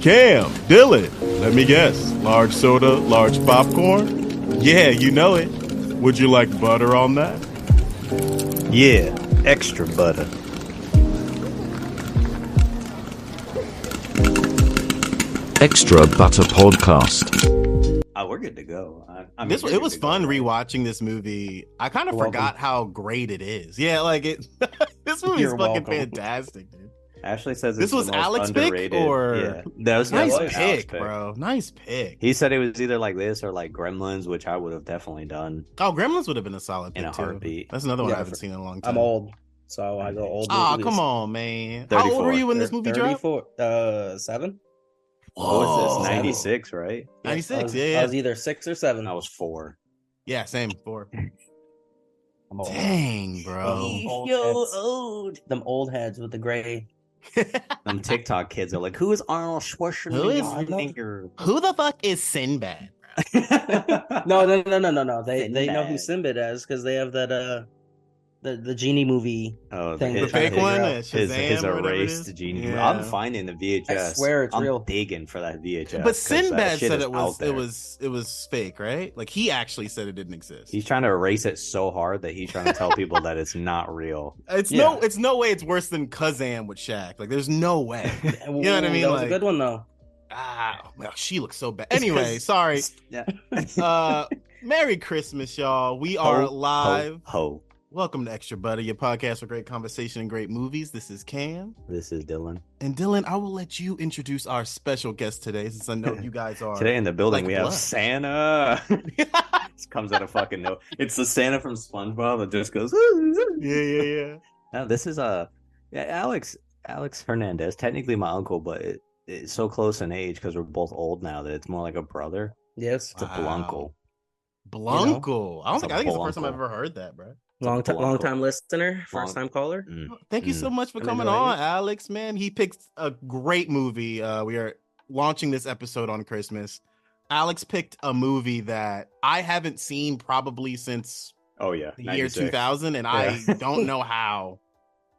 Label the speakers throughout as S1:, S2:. S1: Cam, Dylan, let me guess. Large soda, large popcorn? Yeah, you know it. Would you like butter on that?
S2: Yeah, extra butter.
S3: Extra Butter Podcast.
S2: Oh, we're good to go. I, I mean,
S4: this
S2: we're
S4: it
S2: good
S4: was
S2: to go,
S4: fun
S2: right?
S4: rewatching this movie. I kind of
S2: You're
S4: forgot how great it is. Yeah, like it. this movie's
S2: You're
S4: fucking
S2: welcome.
S4: fantastic, dude.
S2: Ashley says
S4: This
S2: it's the
S4: was
S2: most
S4: Alex pick,
S2: underrated-
S4: or-
S2: yeah, that was
S4: Nice
S2: that was Alex
S4: pick, bro. Nice pick.
S2: He said it was either like this or like Gremlins, which I would have definitely done
S4: Oh, Gremlins would have been a solid pick
S2: in a
S4: too.
S2: heartbeat.
S4: That's another one
S5: Yeah,
S4: I haven't
S5: for-
S4: seen in a long time.
S5: I'm old, so I go old.
S4: Oh,
S5: movies.
S4: come on, man. How old were
S2: 34.
S4: you when this movie dropped?
S5: 34 Uh, seven.
S2: What was this?
S4: Whoa.
S2: Ninety six, right?
S5: Yeah,
S4: 96,
S5: I was,
S4: yeah, yeah.
S5: I was either six or seven.
S2: And I was four.
S4: Yeah, same four.
S5: I'm
S4: Oh.
S5: old.
S4: Dang,
S5: Them
S4: bro.
S5: old
S2: Yo,
S5: heads. Them old heads with the gray.
S2: Them TikTok kids are like, "Who is Arnold Schwarzenegger?"
S4: Who is
S2: I think you're.
S4: Who the fuck is Sinbad?
S5: No, no, no, no, no, no. They they know who
S2: Sinbad.
S5: Sinbad is because they have that uh, the the genie movie.
S2: Oh,
S5: Thing
S4: The
S5: They're trying
S4: fake
S5: to
S4: one,
S5: figure
S4: uh,
S5: out
S2: His,
S4: Shazam
S2: his
S4: or whatever it
S2: erased
S4: is?
S2: genie.
S4: Yeah.
S2: I'm finding the VHS.
S5: swear it's
S2: I'm
S5: real.
S2: Digging for that VHS. 'cause
S4: But
S2: that
S4: Sinbad
S2: shit
S4: said
S2: is
S4: it
S2: out
S4: was
S2: there.
S4: it was it was fake, right? Like he actually said it didn't exist.
S2: He's trying to erase it so hard that he's trying to tell people that it's not real.
S4: It's no, it's no way. It's worse than Kazam with Shaq. Like, there's no way.
S5: You
S4: know what I mean?
S5: That was
S4: Like-
S5: a good one though.
S4: ah, well, she looks so bad.
S2: It's
S4: Anyway,
S2: 'cause-
S4: sorry.
S2: Yeah.
S4: Uh, Merry Christmas, y'all. We are
S2: Ho,
S4: live.
S2: Ho, ho.
S4: Welcome to Extra Butter, your podcast for great conversation and great movies. This is Cam
S2: This is Dylan.
S4: and Dylan. I will let you introduce our special guest today, since I know you guys are.
S2: Today in the building
S4: like
S2: we have
S4: blood.
S2: Santa. Just comes out of fucking no. It's the Santa from SpongeBob that just goes. no,
S4: Yeah, yeah, yeah.
S2: this is uh, yeah, Alex Alex Hernandez, technically my uncle, but it, it's so close in age because we're both old now that it's more like a brother.
S5: Yes,
S2: It's a
S4: Wow.
S2: bluncle.
S4: Blunko. I don't
S2: It's
S4: think.
S2: a
S4: I think it's the first time
S2: Blanco.
S4: I've ever heard that, bro.
S5: long time, long time listener,
S2: Long-
S5: first time caller.
S2: Mm.
S4: Thank you so much for
S5: I'm
S4: coming
S5: enjoying
S4: on, Alex. Man, he picked a great movie. Uh, we are launching this episode on Christmas. Alex picked a movie that I haven't seen probably since
S2: Oh yeah,
S4: the year
S2: 96.
S4: 2000, and I
S2: Yeah.
S4: don't know how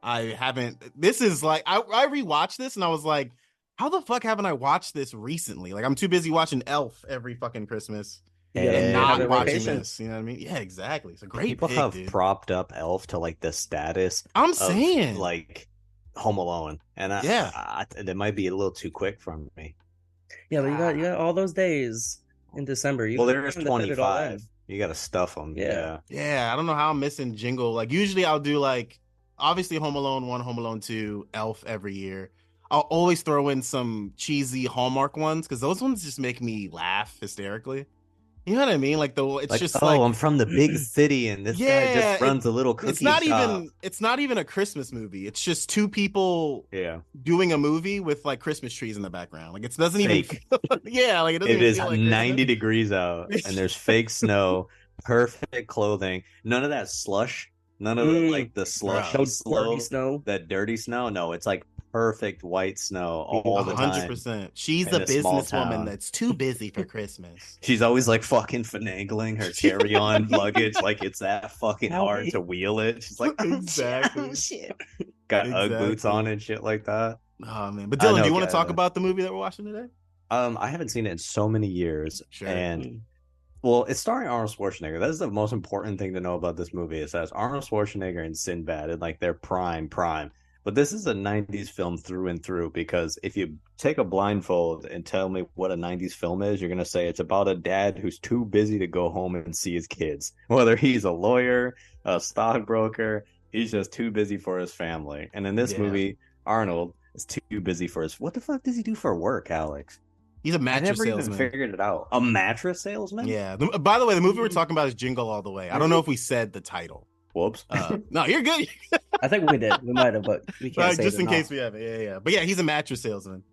S4: I haven't. This is like I, I rewatched this, and I was like, "How the fuck haven't I watched this recently?" Like I'm too busy watching Elf every fucking Christmas
S5: Yeah,
S4: and
S5: yeah,
S4: not
S5: yeah.
S4: watching
S5: Vacation.
S4: this. You know what I mean? Yeah, exactly. It's a great
S2: People
S4: pick,
S2: have
S4: dude.
S2: propped up Elf to like the status
S4: I'm
S2: of
S4: saying
S2: like Home Alone, and I,
S4: Yeah.
S2: I, I- that might be a little too quick for me.
S5: Yeah, but you got you got all those days in December. You
S2: well,
S5: can
S2: there's
S5: fit it all in.
S2: 25. You got to stuff them.
S5: Yeah.
S2: Yeah.
S4: Yeah, I don't know how I'm missing Jingle. Like usually I'll do like obviously Home Alone 1, Home Alone 2, Elf every year. I'll always throw in some cheesy Hallmark ones cuz those ones just make me laugh hysterically. You know what I mean? Like the it's
S2: like,
S4: just
S2: oh,
S4: like
S2: I'm from the big city, and this guy
S4: Yeah,
S2: just runs a little cookie
S4: it's not
S2: shop.
S4: even it's not even a Christmas movie. It's just two people
S2: Yeah,
S4: doing a movie with like Christmas trees in the background. Like it doesn't
S2: Fake.
S4: even Yeah, like it doesn't
S2: it
S4: even
S2: is
S4: feel like
S2: 90
S4: Christmas.
S2: degrees out, and there's fake snow, perfect clothing, none of that slush, none of the,
S5: Mm.
S2: like the slush,
S4: Bro.
S5: No
S2: slow,
S5: dirty snow.
S2: that dirty snow. No, it's like perfect white snow all the time.
S4: 100%. She's
S2: in
S4: a
S2: a small
S4: businesswoman
S2: town.
S4: that's too busy for Christmas.
S2: She's always like fucking finagling her carry on luggage. Like it's that fucking
S5: How
S2: hard
S5: we-
S2: to wheel it. She's like,
S4: Exactly.
S2: got Ugg boots
S4: Exactly.
S2: on and shit like that.
S4: Oh man, but
S2: I
S4: Dylan,
S2: know,
S4: do you want to
S2: yeah,
S4: talk
S2: yeah.
S4: about the movie that we're watching today?
S2: Um, I haven't seen it in so many years.
S4: Sure.
S5: Hmm.
S2: And well, it's starring Arnold Schwarzenegger. That's the most important thing to know about this movie is that it's Arnold Schwarzenegger and Sinbad in like their prime prime. But this is a 90s film through and through because if you take a blindfold and tell me what a 90s film is, you're going to say it's about a dad who's too busy to go home and see his kids. Whether he's a lawyer, a stockbroker, he's just too busy for his family. And in this
S4: Yeah.
S2: movie, Arnold is too busy for his. What the fuck does he do for work, Alex?
S4: He's a
S2: I
S4: mattress
S2: never
S4: salesman.
S2: even figured Mm-hmm. it out. A mattress salesman?
S4: yeah. The- uh, by the way, the movie we're talking about is Jingle All the Way. I don't
S2: Mm-hmm.
S4: know if we said the title.
S2: Whoops.
S4: Uh, no, you're good.
S5: I think we did. We might have, but we can't
S4: Like,
S5: say
S4: just
S5: it
S4: in
S5: enough.
S4: case we have it. Yeah, yeah. But yeah, he's a mattress salesman.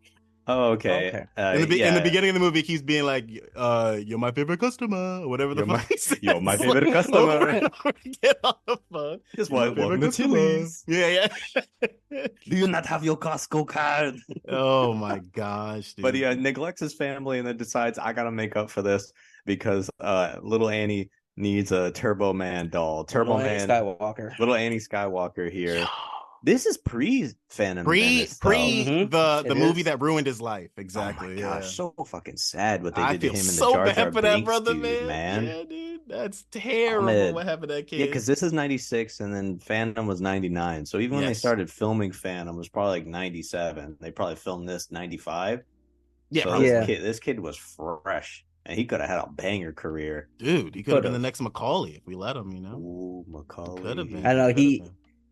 S2: oh, okay.
S5: Okay.
S2: Uh,
S4: In the, be- in the
S2: yeah.
S4: beginning of the movie, he's being like, uh, "You're my favorite customer," or whatever the
S2: You're my-
S4: fuck. he says.
S2: you're my
S4: Like,
S2: favorite customer.
S4: over and over again on the phone.
S2: Just
S4: You're my
S2: what? Welcome
S4: favorite
S2: to
S4: customer.
S2: Chili's.
S4: Yeah, yeah.
S2: Do you not have your Costco card?
S4: oh my gosh, dude.
S2: But he uh, neglects his family and then decides I gotta make up for this because uh, little Annie needs a Turbo Man doll. Turbo
S5: Little Annie
S2: Man,
S5: Skywalker.
S2: little Annie Skywalker here. This is pre Phantom
S4: pre
S2: Menace, though.
S4: pre
S5: Mhm.
S4: the
S5: It
S4: the movie
S5: is.
S4: that ruined his life. Exactly.
S2: mm-hmm. Oh my
S4: yeah.
S2: gosh, so fucking sad what they did
S4: I
S2: to
S4: feel
S2: him in the
S4: so
S2: Jar Jar
S4: bad for that
S2: Binks
S4: brother,
S2: dude,
S4: man.
S2: man.
S4: Yeah, dude, that's terrible.
S2: Ahmed.
S4: What happened to that kid?
S2: Yeah, because this is '96, and then Phantom was '99. So even when they
S4: Yes.
S2: started filming Phantom, it was probably like '97. They probably filmed this '95.
S4: yeah,
S2: so
S4: bro,
S5: probably.
S2: This, kid, this kid was fresh, and he could have had a banger career.
S4: dude, he could have been
S5: Could've.
S4: the next Macaulay if we let him. You know,
S2: Ooh, Macaulay.
S4: could have been.
S5: I know,
S4: Could've
S5: he-
S4: been.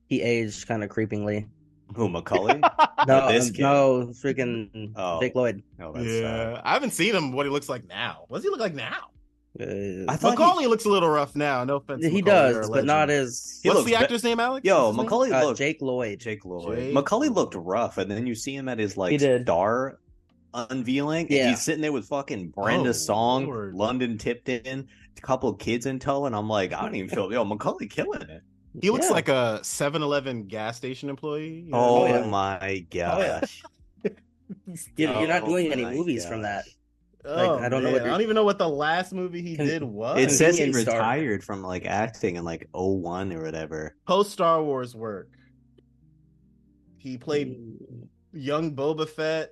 S5: He aged kind of creepingly.
S2: Who Macaulay?
S5: No,
S2: this
S5: um,
S2: kid.
S5: no, freaking
S2: Oh.
S5: Jake Lloyd.
S2: Oh, that's sad.
S4: Yeah, I haven't seen him. What he looks like now? What does he look like now?
S5: Uh,
S2: I thought
S4: Macaulay looks a little rough now. No offense,
S5: he
S4: Macaulay, you're a
S5: does, but
S4: legend.
S5: not as
S2: He
S4: What's
S2: looks
S4: the
S2: be-
S4: actor's name, Alex?
S2: He, yo,
S4: What's his name?
S2: Macaulay
S5: uh,
S2: looked
S5: Jake Lloyd.
S2: Jake Lloyd.
S4: Jake
S2: Macaulay
S4: Lloyd.
S2: looked rough, and then you see him at his
S5: He
S2: like
S5: did.
S2: star unveiling, and
S5: Yeah.
S2: he's sitting there with fucking Brenda
S4: Oh,
S2: Song,
S4: Lord.
S2: London Tipton, a couple of kids in tow, and I'm like, I don't even feel yo, Macaulay killing it.
S4: He looks
S5: Yeah.
S4: like a 7-Eleven gas station employee. you know?
S2: Oh,
S5: yeah.
S2: my gosh.
S5: You're, you're not
S2: Oh
S5: doing any
S2: my
S5: movies from
S2: gosh.
S5: that.
S4: Oh,
S5: I don't know
S4: man, I
S5: what you're-
S4: don't even know what the last movie he
S5: Con-
S4: did was.
S2: It says he
S5: Convenience store.
S2: retired from like acting in like 01 or whatever.
S4: post Star Wars work. He
S5: Mm.
S4: played young Boba Fett,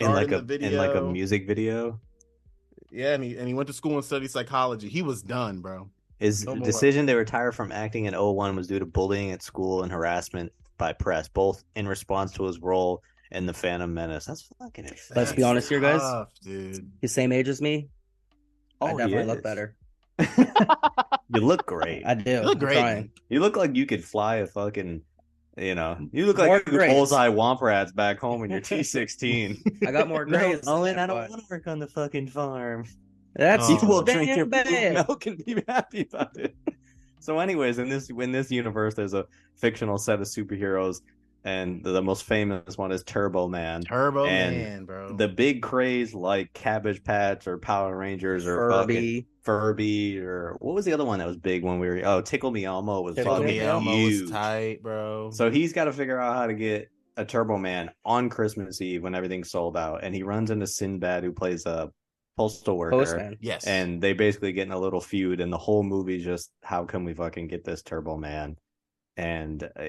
S2: In
S4: starred
S2: like
S4: in
S2: a
S4: the video,
S2: in like a music video.
S4: yeah, and he and he went to school and studied psychology. He was done, bro.
S2: His
S5: No more.
S2: decision to retire from acting in 01 was due to bullying at school and harassment by press, both in response to his role in The Phantom Menace. That's fucking insane.
S5: Let's be
S4: That's
S5: honest here, guys.
S4: tough, dude.
S5: He's same age as me.
S2: Oh,
S5: I
S2: he
S5: definitely
S2: is.
S5: look better.
S2: You look great.
S5: I do.
S4: You look
S5: I'm
S4: great.
S5: trying.
S2: You look like you could fly a fucking, you know, you look
S5: More
S2: like you could
S5: grace.
S2: bullseye womp rats back home in your T16.
S5: I got more
S2: No,
S5: grades.
S2: Owen, I don't
S5: but-
S2: want to work on the fucking farm.
S5: That's
S4: Oh.
S2: You will
S5: damn
S2: drink your
S5: bad.
S2: milk and be happy about it. So, anyways, in this in this universe, there's a fictional set of superheroes, and the, the most famous one is Turbo Man.
S4: Turbo
S2: And
S4: Man, bro.
S2: The big craze like Cabbage Patch or Power Rangers or fucking
S5: Furby.
S2: Furby or what was the other one that was big when we were oh Tickle Me Elmo was
S5: Tickle
S2: fucking
S5: Me
S4: Elmo was
S2: huge.
S4: tight, bro.
S2: So he's got to figure out how to get a Turbo Man on Christmas Eve when everything's sold out, and he runs into Sinbad, who plays a postal worker,
S5: Postman.
S4: yes,
S2: and they basically get in a little feud. And the whole movie's just how can we fucking get this Turbo Man? And uh,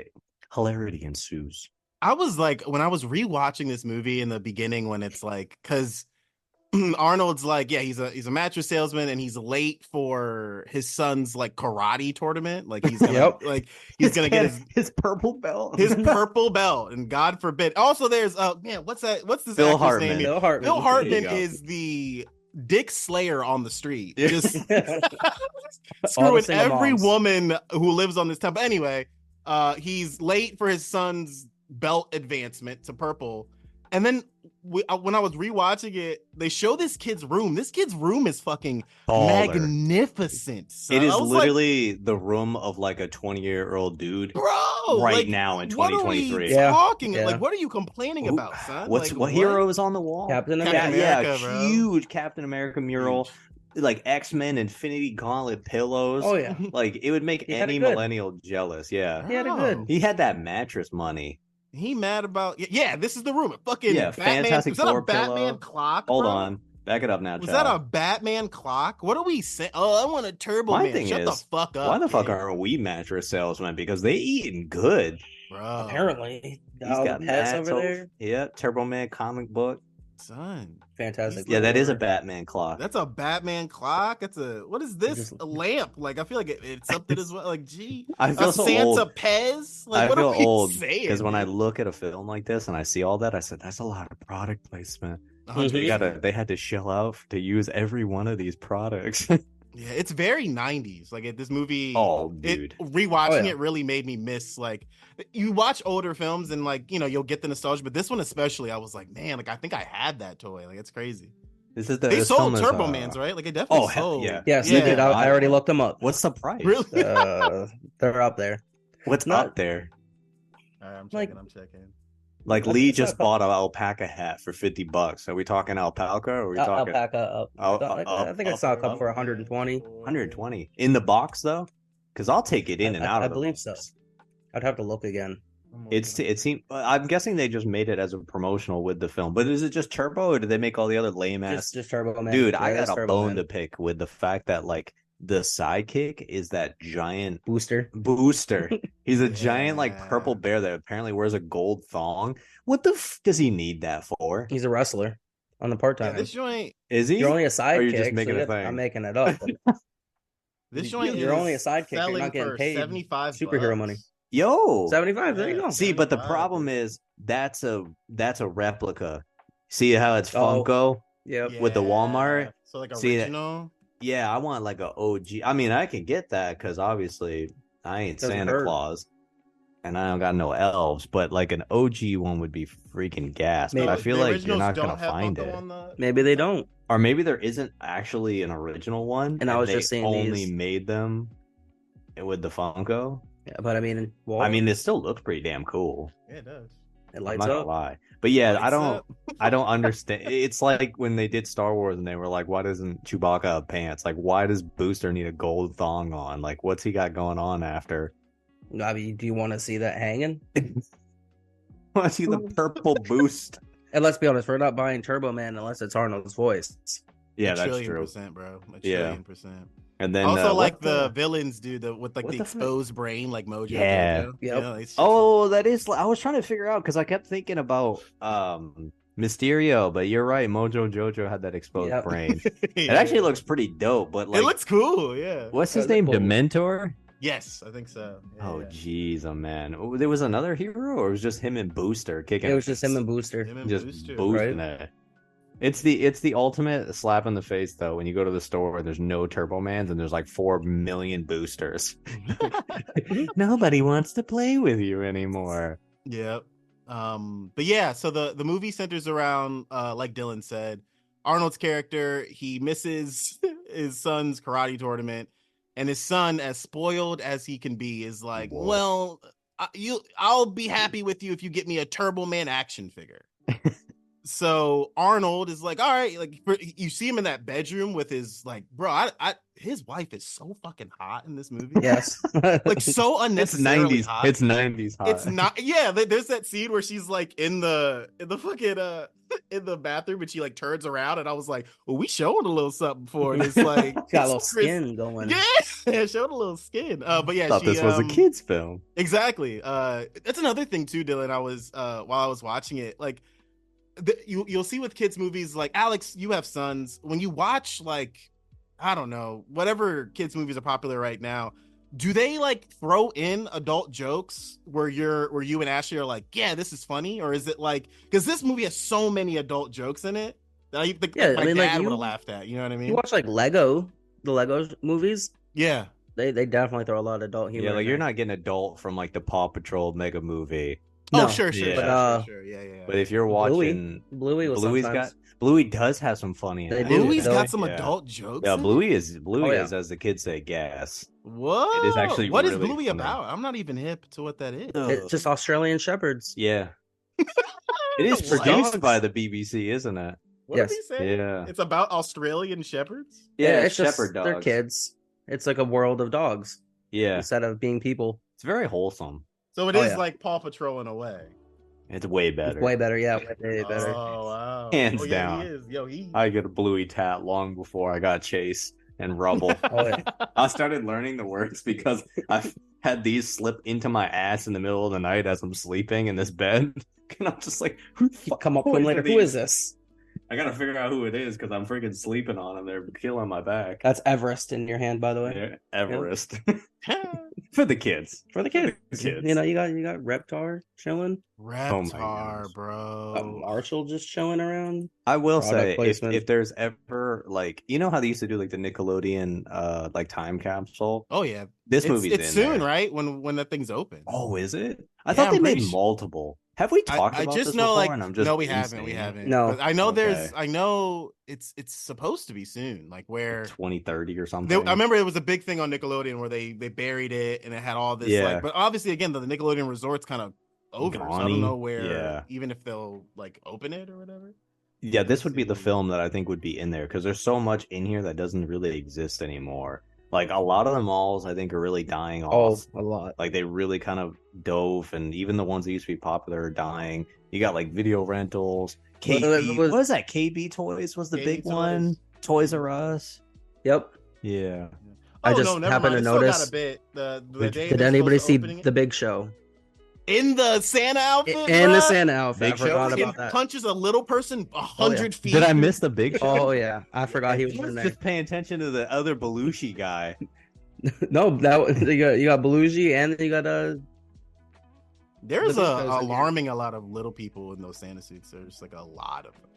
S2: hilarity ensues.
S4: I was like, when I was rewatching this movie in the beginning, when it's like, because Arnold's like, yeah, he's a he's a mattress salesman, and he's late for his son's like karate tournament. Like he's gonna,
S5: Yep.
S4: like he's gonna get his
S2: his purple belt.
S4: his purple belt, and God forbid. Also, there's uh man, what's that? What's this
S2: Bill
S4: actor's
S2: Hartman.
S4: name?
S5: Bill Hartman.
S4: Bill Hartman
S2: go.
S4: is the Dick Slayer on the street,
S2: Yeah.
S4: just
S5: All the
S4: screwing
S5: single
S4: every
S5: moms.
S4: woman who lives on this town. But anyway, uh, he's late for his son's belt advancement to purple, and then. we- uh, When I was rewatching it, they show this kid's room. This kid's room is fucking
S2: Baller.
S4: magnificent. son.
S2: It is
S4: I was like,
S2: literally the room of like a 20 year old dude
S4: bro,
S2: right
S4: Oh, like,
S2: now in
S4: what are
S2: 2023.
S4: we
S5: Yeah.
S4: talking?
S5: Yeah.
S4: Like, what are you complaining
S2: Who-
S4: about, son?
S2: What's
S4: Like,
S2: what, hero is on the wall?
S5: Captain
S2: yeah,
S5: America.
S2: yeah,
S4: America, bro.
S2: huge Captain America mural, like X Men Infinity Gauntlet pillows.
S5: Oh yeah.
S2: Like it would make
S5: He had
S2: any
S5: it good.
S2: millennial jealous. Yeah,
S5: He had a
S4: Bro.
S5: good-
S2: he had that mattress money.
S4: He mad about yeah, yeah, This is the rumor. Fucking
S2: Yeah,
S4: Batman.
S2: Fantastic
S4: was that
S2: Four
S4: a Batman
S2: pillow.
S4: clock?
S2: Hold
S4: bro?
S2: on, back it up now.
S4: Was
S2: child.
S4: that a Batman clock? What are we saying? Oh, I want a Turbo
S2: My
S4: Man.
S2: thing
S4: Shut
S2: is,
S4: the fuck up.
S2: Why the fuck
S4: kid.
S2: are we mattress salesmen? Because they eating good.
S4: bro?
S5: Apparently,
S2: Oh, He's
S5: all
S2: got
S5: the pets
S2: mats
S5: over there.
S2: Yeah, Turbo Man comic book.
S4: son?
S5: Fantastic.
S2: Yeah, that is a
S5: Four.
S2: Batman clock.
S4: That's a Batman clock. That's a what is this?
S5: Just-
S4: a lamp? Like I feel like it, it's something as well. Like gee,
S2: I feel
S4: a
S2: so
S4: Santa
S2: old
S4: Pez. Like
S2: I
S4: what are
S2: feel
S4: we
S2: old,
S4: saying?
S2: because when I look at a film like this and I see all that, I said that's a lot of product placement. They
S5: Mhm.
S2: gotta, they had to shell out to use every one of these products.
S4: Yeah, it's very '90s. Like it, this movie.
S2: oh,
S4: it
S2: dude.
S4: rewatching
S5: Oh, yeah.
S4: it really made me miss like you watch older films and like you know you'll get the nostalgia but this one especially i was like man like i think i had that toy like it's crazy
S2: This is the
S4: they
S2: this
S4: sold
S2: film is,
S4: turbo
S2: uh,
S4: mans right like it definitely
S2: oh, hell
S4: sold
S2: yeah.
S5: Yes,
S4: Yeah.
S5: you did. I, I already looked them up.
S2: What's the price?
S4: really
S5: uh, they're up there.
S2: What's
S5: Not-
S2: not there?
S4: all right i'm
S5: Like-
S4: checking i'm checking
S2: Like
S5: I
S2: Lee
S5: think it's
S2: just
S5: not-
S2: bought an alpaca hat for fifty bucks. Are we talking alpaca or are we
S5: Al-
S2: talking
S5: Uh, alpaca up.
S2: Al-
S5: I- I,
S2: al-
S5: think I
S2: al-
S5: saw a couple for 120.
S2: hundred twenty in the box though? Because I'll take it in
S5: I-
S2: and
S5: I-
S2: out
S5: I
S2: of the
S5: believe so.
S2: box.
S5: I'd have to look again.
S2: It's it seemed. I'm guessing they just made it as a promotional with the film. But is it just Turbo, or did they make all the other lame ass?
S5: Just, just Turbo Man.
S2: Dude,
S5: Yeah,
S2: I
S5: just
S2: got a
S5: Turbo
S2: bone
S5: Man.
S2: to pick with the fact that like the sidekick is that giant
S5: Booster.
S2: booster. He's a giant like
S4: Yeah.
S2: purple bear that apparently wears a gold thong. What the f- does he need that for?
S5: He's a wrestler on the part
S4: Yeah,
S5: time.
S4: this joint,
S2: Is he?
S5: you're only a
S2: you're
S5: sidekick.
S2: just
S5: so
S2: making a
S5: yeah,
S2: thing.
S5: I'm making it up. but
S4: this
S2: You-
S4: joint.
S5: You're
S4: is
S5: only a sidekick. You're
S4: selling
S5: not getting
S4: for
S5: paid
S4: Seventy-five
S5: superhero
S4: bucks.
S5: money.
S2: Yo,
S5: 75. There you go.
S2: see, but the
S4: 75.
S2: problem is that's a that's a replica. See how it's
S5: Oh.
S2: Funko?
S5: Yep.
S2: With the Walmart.
S4: Yeah, So like
S2: See that-
S4: original.
S2: Yeah, I want like a OG. I mean, I can get that because obviously I ain't
S5: Doesn't
S2: Santa
S5: hurt.
S2: Claus, and I don't got no elves. But like an OG one would be freaking gas. But
S5: Maybe-
S2: I
S4: No,
S2: feel
S4: the
S2: like you're
S4: originals
S2: not
S4: don't
S2: gonna
S4: have
S2: find
S4: Funko
S2: it,
S4: on the-
S5: Maybe they don't.
S2: or maybe there isn't actually an original one.
S5: And I was
S2: they
S5: just seeing
S2: only
S5: these.
S2: made them with the Funko.
S5: Yeah, but I mean, well,
S2: I mean, it still looks pretty damn cool.
S4: Yeah, it does.
S5: it
S2: I'm
S5: Oh. lights
S2: not gonna
S5: up.
S2: lie, but yeah, I
S4: Lights
S2: don't.
S4: up.
S2: I don't understand. It's like when they did Star Wars and they were like, why doesn't Chewbacca have pants? Like, why does Booster need a gold thong on? Like, what's he got going on after?
S5: I mean, do you want to see that hanging?
S2: I see the purple boost.
S5: And let's be honest, we're not buying Turbo Man unless it's Arnold's voice.
S2: Yeah,
S4: A
S2: that's
S4: trillion
S2: true.
S4: Percent, bro. A
S2: Yeah.
S4: trillion percent.
S2: And then
S4: also,
S2: uh,
S4: like
S2: what
S4: the, villains, dude, the, with like
S5: what
S4: the,
S5: the fuck?
S4: exposed brain, like Mojo.
S2: Yeah.
S4: Jojo.
S5: Yep.
S4: Yeah, it's just-
S2: oh, that is. I was trying to figure out because I kept thinking about um Mysterio, but you're right. Mojo Jojo had that exposed
S5: Yep.
S2: brain. It
S4: Yeah.
S2: actually looks pretty dope. But like,
S4: it looks cool. Yeah.
S2: what's
S5: Yeah,
S2: his
S5: they're
S2: name?
S5: cool.
S2: Dementor.
S4: Yes, I think so. Yeah,
S2: Oh,
S4: yeah.
S2: jeez, oh man. Oh, There was another hero, or it was just him and Booster kicking.
S5: It was just him
S2: ass?
S5: and Booster.
S4: Him and
S2: just
S4: Booster.
S2: boosting it. It's the it's the ultimate slap in the face though when you go to the store and there's no Turbo Mans and there's like four million boosters. Nobody wants to play with you anymore.
S4: Yep. Um, but yeah, so the the movie centers around, uh, like Dylan said, Arnold's character. He misses his son's karate tournament, and his son, as spoiled as he can be, is like,
S2: Whoa.
S4: "Well, I, you, I'll be happy with you if you get me a Turbo Man action figure." so Arnold is like, "All right," like for- you see him in that bedroom with his like, bro, I, I his wife is so fucking hot in this movie.
S5: Yes.
S4: like so
S2: It's
S4: unnecessarily
S2: nineties.
S4: hot
S2: It's nineties hot.
S4: it's not yeah th- there's that scene where she's like in the in the fucking uh in the bathroom and she like turns around and i was like well we showed a little something for it it's like
S5: Got a little
S4: it's Chris-
S5: skin going.
S4: yeah yeah, showed a little skin uh but yeah
S2: I thought
S4: she,
S2: this was
S4: um,
S2: a kids film.
S4: exactly uh that's another thing too dylan i was uh while i was watching it like the, you you'll see with kids movies like alex you have sons when you watch like i don't know whatever kids movies are popular right now do they like throw in adult jokes where you're where you and ashley are like yeah this is funny or is it like because this movie has so many adult jokes in it that i think
S5: Yeah, I
S4: my
S5: mean, like,
S4: dad
S5: you-
S4: would have laughed at you know what i mean
S5: You watch like Lego, the Lego movies.
S4: yeah
S5: They they definitely throw a lot of adult humor.
S2: Yeah, like
S5: in
S2: you're
S5: there.
S2: not getting adult from like the Paw Patrol mega movie.
S5: No.
S4: oh sure sure, sure,
S2: Yeah. But,
S5: uh,
S4: sure, sure yeah yeah, yeah.
S2: But if you're
S5: Bluey.
S2: watching
S5: Bluey was
S2: Bluey's
S5: sometimes.
S2: Bluey does have some funny.
S5: They
S2: in it.
S5: do,
S4: Bluey's
S5: though.
S4: got some
S2: Yeah.
S4: adult jokes.
S2: Yeah,
S4: in it?
S2: Bluey is Bluey
S5: Oh, yeah.
S2: is as the kids say gas.
S4: What?
S2: actually
S4: what is
S2: really
S4: Bluey
S2: funny.
S4: about? I'm not even hip to what that is.
S2: uh,
S5: It's just Australian shepherds.
S2: Yeah. It is
S4: What?
S2: produced by the BBC, isn't it?
S4: What did
S5: Yes.
S4: he say?
S2: Yeah.
S4: It's about Australian shepherds.
S2: Yeah,
S5: it's just
S2: shepherd dogs.
S5: they're kids. It's like a world of dogs
S2: Yeah.
S5: instead of being people.
S2: It's very wholesome.
S4: So it is
S5: Oh, yeah.
S4: like Paw Patrol in a way.
S2: It's way
S5: It's
S2: better.
S5: Way better, yeah, way better.
S4: Oh wow!
S2: Hands
S4: oh, yeah,
S2: down.
S4: He is. Yo, he.
S2: I got a bluey tat long before I got Chase and Rubble.
S5: Oh, yeah.
S2: I started learning the words because I had these slip into my ass in the middle of the night as I'm sleeping in this bed. And I'm just like, who the
S5: You
S2: fuck
S5: come up with
S2: pointed
S5: him later. Who
S2: these?
S5: is this?
S2: I gotta figure out who it is because I'm freaking sleeping on them. They're killing my back.
S5: That's Everest in your hand, by the way,
S2: Yeah, Everest for the kids.
S5: for
S2: For
S5: the kids.
S2: the kids.
S5: You know, you got you got Reptar chilling,
S4: Reptar,
S2: Oh, gosh.
S4: bro.
S5: uh,
S2: Oh.
S5: Marshall just chilling around.
S2: I will
S5: Product
S2: say, if,
S5: placement.
S2: if there's ever like you know how they used to do like the Nickelodeon uh like time capsule,
S4: oh yeah,
S2: this
S4: it's,
S2: movie's
S4: it's
S2: in
S4: soon,
S2: there.
S4: right? When when that thing's open.
S2: Oh, is it? I
S4: Yeah,
S2: thought they
S4: I'm
S2: made
S4: pretty su-
S2: multiple. Have we
S4: I-
S2: talked
S4: I,
S2: about
S4: just
S2: this
S4: know
S2: before?
S4: like
S2: and I'm just
S4: no, we haven't, we
S2: insane?
S4: haven't.
S5: No.
S4: But I know there's,
S2: Okay.
S4: I know it's it's supposed to be soon. Like where
S2: 2030 or
S4: They,
S2: something.
S6: Mm-hmm.
S4: I remember it was a big thing on Nickelodeon where they they buried it and it had all this.
S2: Yeah.
S4: like But obviously, again, the, the Nickelodeon resort's kind of over. So I
S2: Gone-y.
S4: don't know where,
S2: Yeah.
S4: even if they'll like open it or whatever.
S2: Yeah, this would be the film that I think would be in there because there's so much in here that doesn't really exist anymore. Like a lot of the malls, I think, are really dying
S5: Oh,
S2: off.
S5: a lot.
S2: Like they really kind of dove, and even the ones that used to be popular are dying. You got like video rentals,
S5: Well,
S2: KB.
S5: it was-
S2: what is that? KB Toys was the
S4: KB
S2: big
S4: Toys.
S2: one. Toys R Us.
S5: Yep.
S2: Yeah.
S4: Oh,
S6: I just
S4: no, never
S6: happened
S4: mind.
S6: to
S4: It's
S6: notice.
S4: Still got a bit. The, the
S6: Which-
S4: day
S6: did
S4: they're
S6: anybody
S4: supposed to
S6: see
S4: opening it-
S6: the Big Show
S4: in the Santa outfit?
S5: and the
S4: bruh?
S5: Santa outfit.
S2: Big
S5: I
S2: Show
S5: forgot
S4: Freaking
S5: about that.
S4: punches a little person
S6: Oh,
S4: a hundred feet.
S2: Did I miss the big show?
S5: Oh yeah, I forgot he was in there.
S2: just paying attention to the other Belushi guy.
S5: No, that was- you got you got Belushi and then you got uh
S4: There's a,
S5: Look at those again.
S4: alarming a lot of little people in those Santa suits. There's like a lot of them.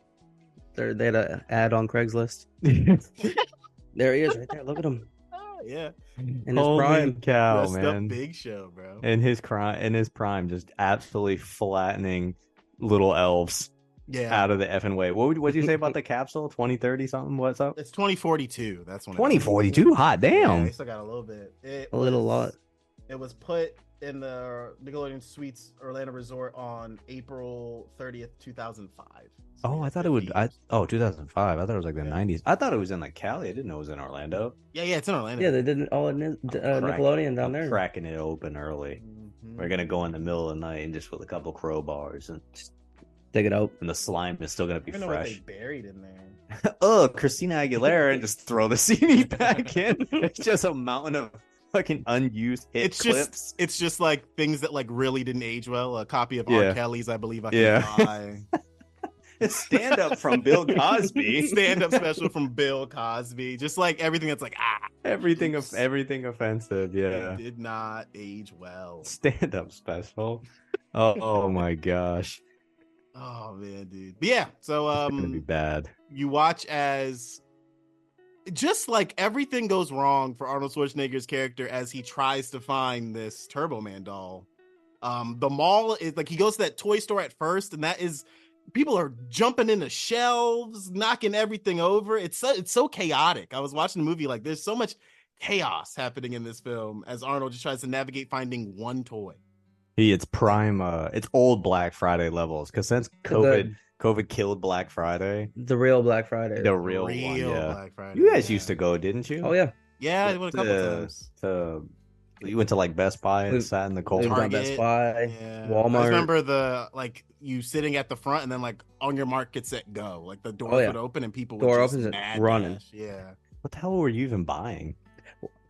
S5: there they had an ad on Craigslist. There he is right there. Look at him.
S4: Ah, yeah,
S5: And his prime.
S2: cow,
S4: dressed up
S2: Oh, man!
S4: big show, bro.
S2: in his crime, in his prime, just absolutely flattening little elves
S4: Yeah,
S2: out of the effing way. What would what you say about the capsule? Twenty thirty something? What's up?
S4: it's 2042. That's when it
S2: Twenty
S4: was.
S2: forty two? Hot
S4: Yeah,
S2: damn!
S4: they still got a little bit. It
S5: A little
S4: was-
S5: lot.
S4: It was put in the Nickelodeon Suites Orlando Resort on April 30th, 2005. So
S2: Oh,
S4: yeah,
S2: I thought it would.
S4: 50
S2: I
S4: years.
S2: oh, 2005. I thought it was like the
S4: Yeah.
S2: 90s. I thought it was in like Cali. I didn't know it was in Orlando.
S4: Yeah, yeah, it's in Orlando.
S5: Yeah, they did it all in uh,
S2: I'm cracking-
S5: Nickelodeon down
S2: I'm
S5: there.
S2: cracking it open early.
S4: Mhm.
S2: We're gonna go in the middle of the night and just with a couple crowbars, and,
S5: Dig it out.
S2: and the slime is still gonna
S4: I
S2: be
S4: don't know what they
S2: fresh.
S4: buried in there.
S2: Oh, Christina Aguilera, and just throw the CD back in. It's just a mountain of fucking unused hit
S4: It's just-
S2: clips.
S4: It's just like things that like really didn't age well. A copy of
S2: Yeah.
S4: R. Kelly's, I believe I can
S2: Yeah.
S4: buy.
S2: stand up from Bill Cosby.
S4: Stand up special from Bill Cosby. Just like everything that's like, ah,
S2: Everything of everything offensive.
S4: it
S2: Yeah.
S4: did not age well.
S2: Stand up special. Oh, oh my gosh.
S4: Oh man, dude. But yeah, so
S2: It's gonna be
S4: um
S2: bad.
S4: you watch as just like everything goes wrong for Arnold Schwarzenegger's character as he tries to find this Turbo Man doll. Um, the mall is like he goes to that toy store at first, and that is people are jumping into shelves, knocking everything over. It's so it's so chaotic. I was watching the movie like there's so much chaos happening in this film as Arnold just tries to navigate finding one toy.
S2: He it's prime uh it's old Black Friday levels because since COVID COVID killed Black Friday,
S5: The, the real Black Friday.
S2: the real, one. Yeah.
S4: Black Friday.
S2: You guys
S4: yeah.
S2: used to go, didn't you?
S5: oh yeah.
S4: Yeah, I went a couple
S2: Uh,
S4: times.
S2: To you went to like Best Buy and
S5: We-
S2: sat in the cold.
S5: We've got
S4: Target.
S5: Best Buy.
S4: Yeah.
S5: Walmart.
S4: I remember the like you sitting at the front and then like on your mark get set go. Like the door
S5: Oh, yeah.
S4: would open and people
S5: Door
S4: would just
S5: opens and
S4: mad
S5: running.
S4: dash. Yeah.
S2: What the hell were you even buying?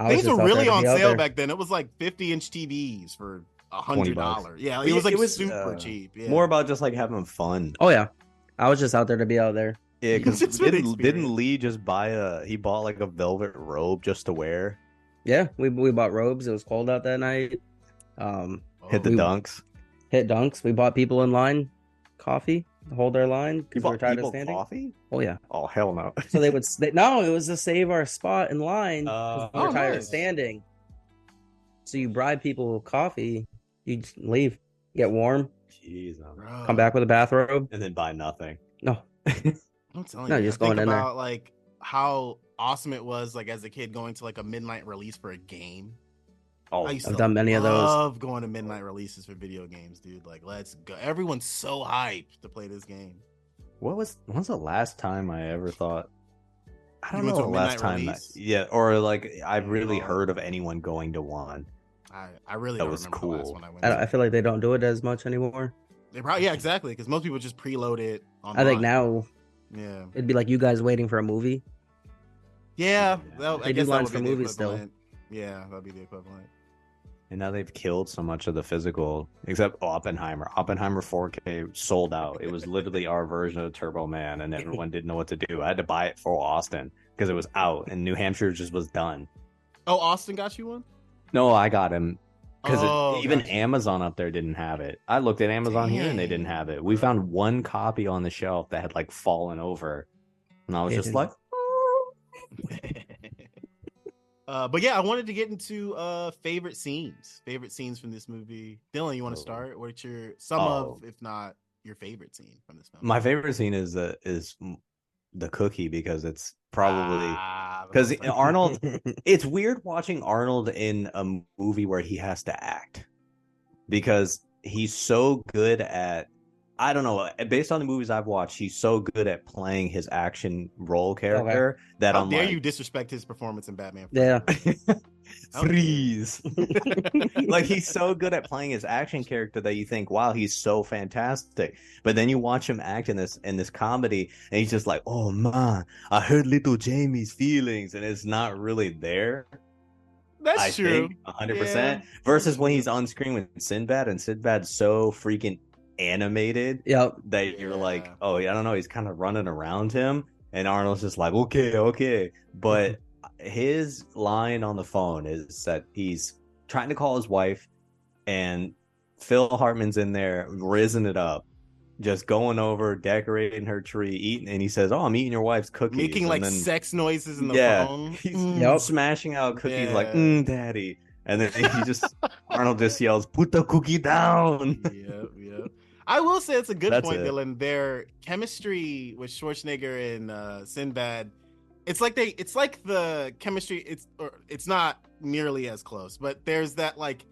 S5: I was
S4: Things
S5: just
S4: were
S5: out
S4: really
S5: there to
S4: on
S5: be out
S4: sale
S5: there.
S4: back then. It was like 50 inch TVs for a
S2: $20.
S4: hundred dollars. Yeah,
S2: But
S4: it was
S2: yeah,
S4: like
S2: it was,
S4: super
S2: uh,
S4: cheap. Yeah.
S2: More about just like having fun.
S5: Oh yeah. I was just out there to be out there.
S2: Yeah, because
S4: It's been an
S2: didn't, didn't
S4: experience.
S2: Lee just buy a? He bought like a velvet robe just to wear.
S5: Yeah, we we bought robes. It was cold out that night. Um,
S4: Oh,
S2: Hit the
S5: we-
S2: dunks.
S5: hit dunks. We bought people in line coffee to hold their line
S2: You
S5: because we
S2: bought
S5: were tired of
S2: people
S5: standing.
S2: coffee?
S5: Oh yeah.
S2: Oh hell no!
S5: So they would. s- They, no, it was to save our spot in line. 'cause we
S2: Oh,
S5: were tired of
S4: nice.
S5: standing. So you bribe people with coffee. You just leave, get warm,
S2: Jeez, no.
S4: bro.
S5: come back with a bathrobe.
S2: and then buy nothing.
S5: No,
S4: I'm telling
S5: No,
S4: you,
S5: you're just
S4: I think
S5: going in there.
S4: about like how awesome it was like as a kid going to like a midnight release for a game.
S2: Oh,
S4: I used
S5: I've
S4: to
S5: done many of those.
S4: Love going to midnight releases for video games, dude. Like, let's go. Everyone's so hyped to play this game.
S2: what was? When's the last time I ever thought? I don't
S4: You went
S2: know
S4: to a
S2: the last
S4: midnight
S2: time. That,
S4: release?
S2: yeah, or like I've really
S4: Oh.
S2: heard of anyone going to one.
S4: I, I really
S2: That
S4: don't
S2: was
S4: remember the
S2: cool.
S4: last one I went.
S5: I, don't,
S4: to.
S5: I feel like they don't do it as much anymore.
S4: They probably yeah, exactly. Because most people just preload it. Online.
S5: I think now
S4: Yeah.
S5: it'd be like you guys waiting for a movie.
S4: Yeah.
S2: Yeah.
S4: That,
S5: They
S4: I
S5: do
S4: guess that would be
S5: lines for
S4: the
S5: movies still.
S4: equivalent. Yeah, that'd be the equivalent.
S2: And now they've killed so much of the physical, except Oppenheimer. Oppenheimer 4K sold out. It was literally our version of Turbo Man, and everyone didn't know what to do. I had to buy it for Austin because it was out, and New Hampshire just was done.
S4: Oh, Austin got you one.
S2: No, I got him because
S4: Oh,
S2: even
S4: gotcha.
S2: Amazon up there didn't have it. I looked at Amazon here, and they
S4: Dang.
S2: didn't have it. We found one copy on the shelf that had like fallen over, and I was
S5: They
S2: just
S5: didn't-
S2: like,
S4: uh, but yeah, I wanted to get into uh favorite scenes. Favorite scenes from this movie. Dylan, you want
S2: Oh.
S4: to start? What's your some
S2: Oh.
S4: of, if not your favorite scene from this film?
S2: my favorite scene is the is the cookie because it's probably.
S4: Ah,
S2: because
S4: that's like-
S2: Arnold, it's weird watching Arnold in a movie where he has to act because he's so good at I don't know. eh, Based on the movies I've watched, he's so good at playing his action role character that
S4: How
S2: I'm
S4: dare
S2: like,
S4: you disrespect his performance in Batman?
S5: Yeah.
S4: How dare you.
S2: freeze. like he's so good at playing his action character that you think, wow, he's so fantastic. But then you watch him act in this in this comedy, and he's just like, oh man, I heard little Jamie's feelings, and it's not really there.
S4: That's
S2: I
S4: true.
S2: think 100% versus when he's on screen with Sinbad and Sinbad's so freaking animated
S5: Yep.
S2: that you're like,
S4: Yeah.
S2: oh, I don't know, he's kind of running around him, and Arnold's just like, okay, okay. But his line on the phone is that he's trying to call his wife, and Phil Hartman's in there, rizzing it up, just going over, decorating her tree, eating, and he says, oh, I'm eating your wife's cookies,
S4: Making
S2: and
S4: like
S2: then-
S4: sex noises in the
S2: Yeah.
S4: phone.
S2: He's
S4: Mm.
S5: Yep.
S2: smashing out cookies like,
S4: Yeah.
S2: mm, daddy. And then he just, Arnold just yells, put the cookie down.
S4: yeah, yeah. I will say it's a good
S2: That's
S4: point,
S2: it.
S4: Dylan. Their chemistry with Schwarzenegger and uh, Sinbad, it's like they, it's like the chemistry. It's or it's not nearly as close, but there's that like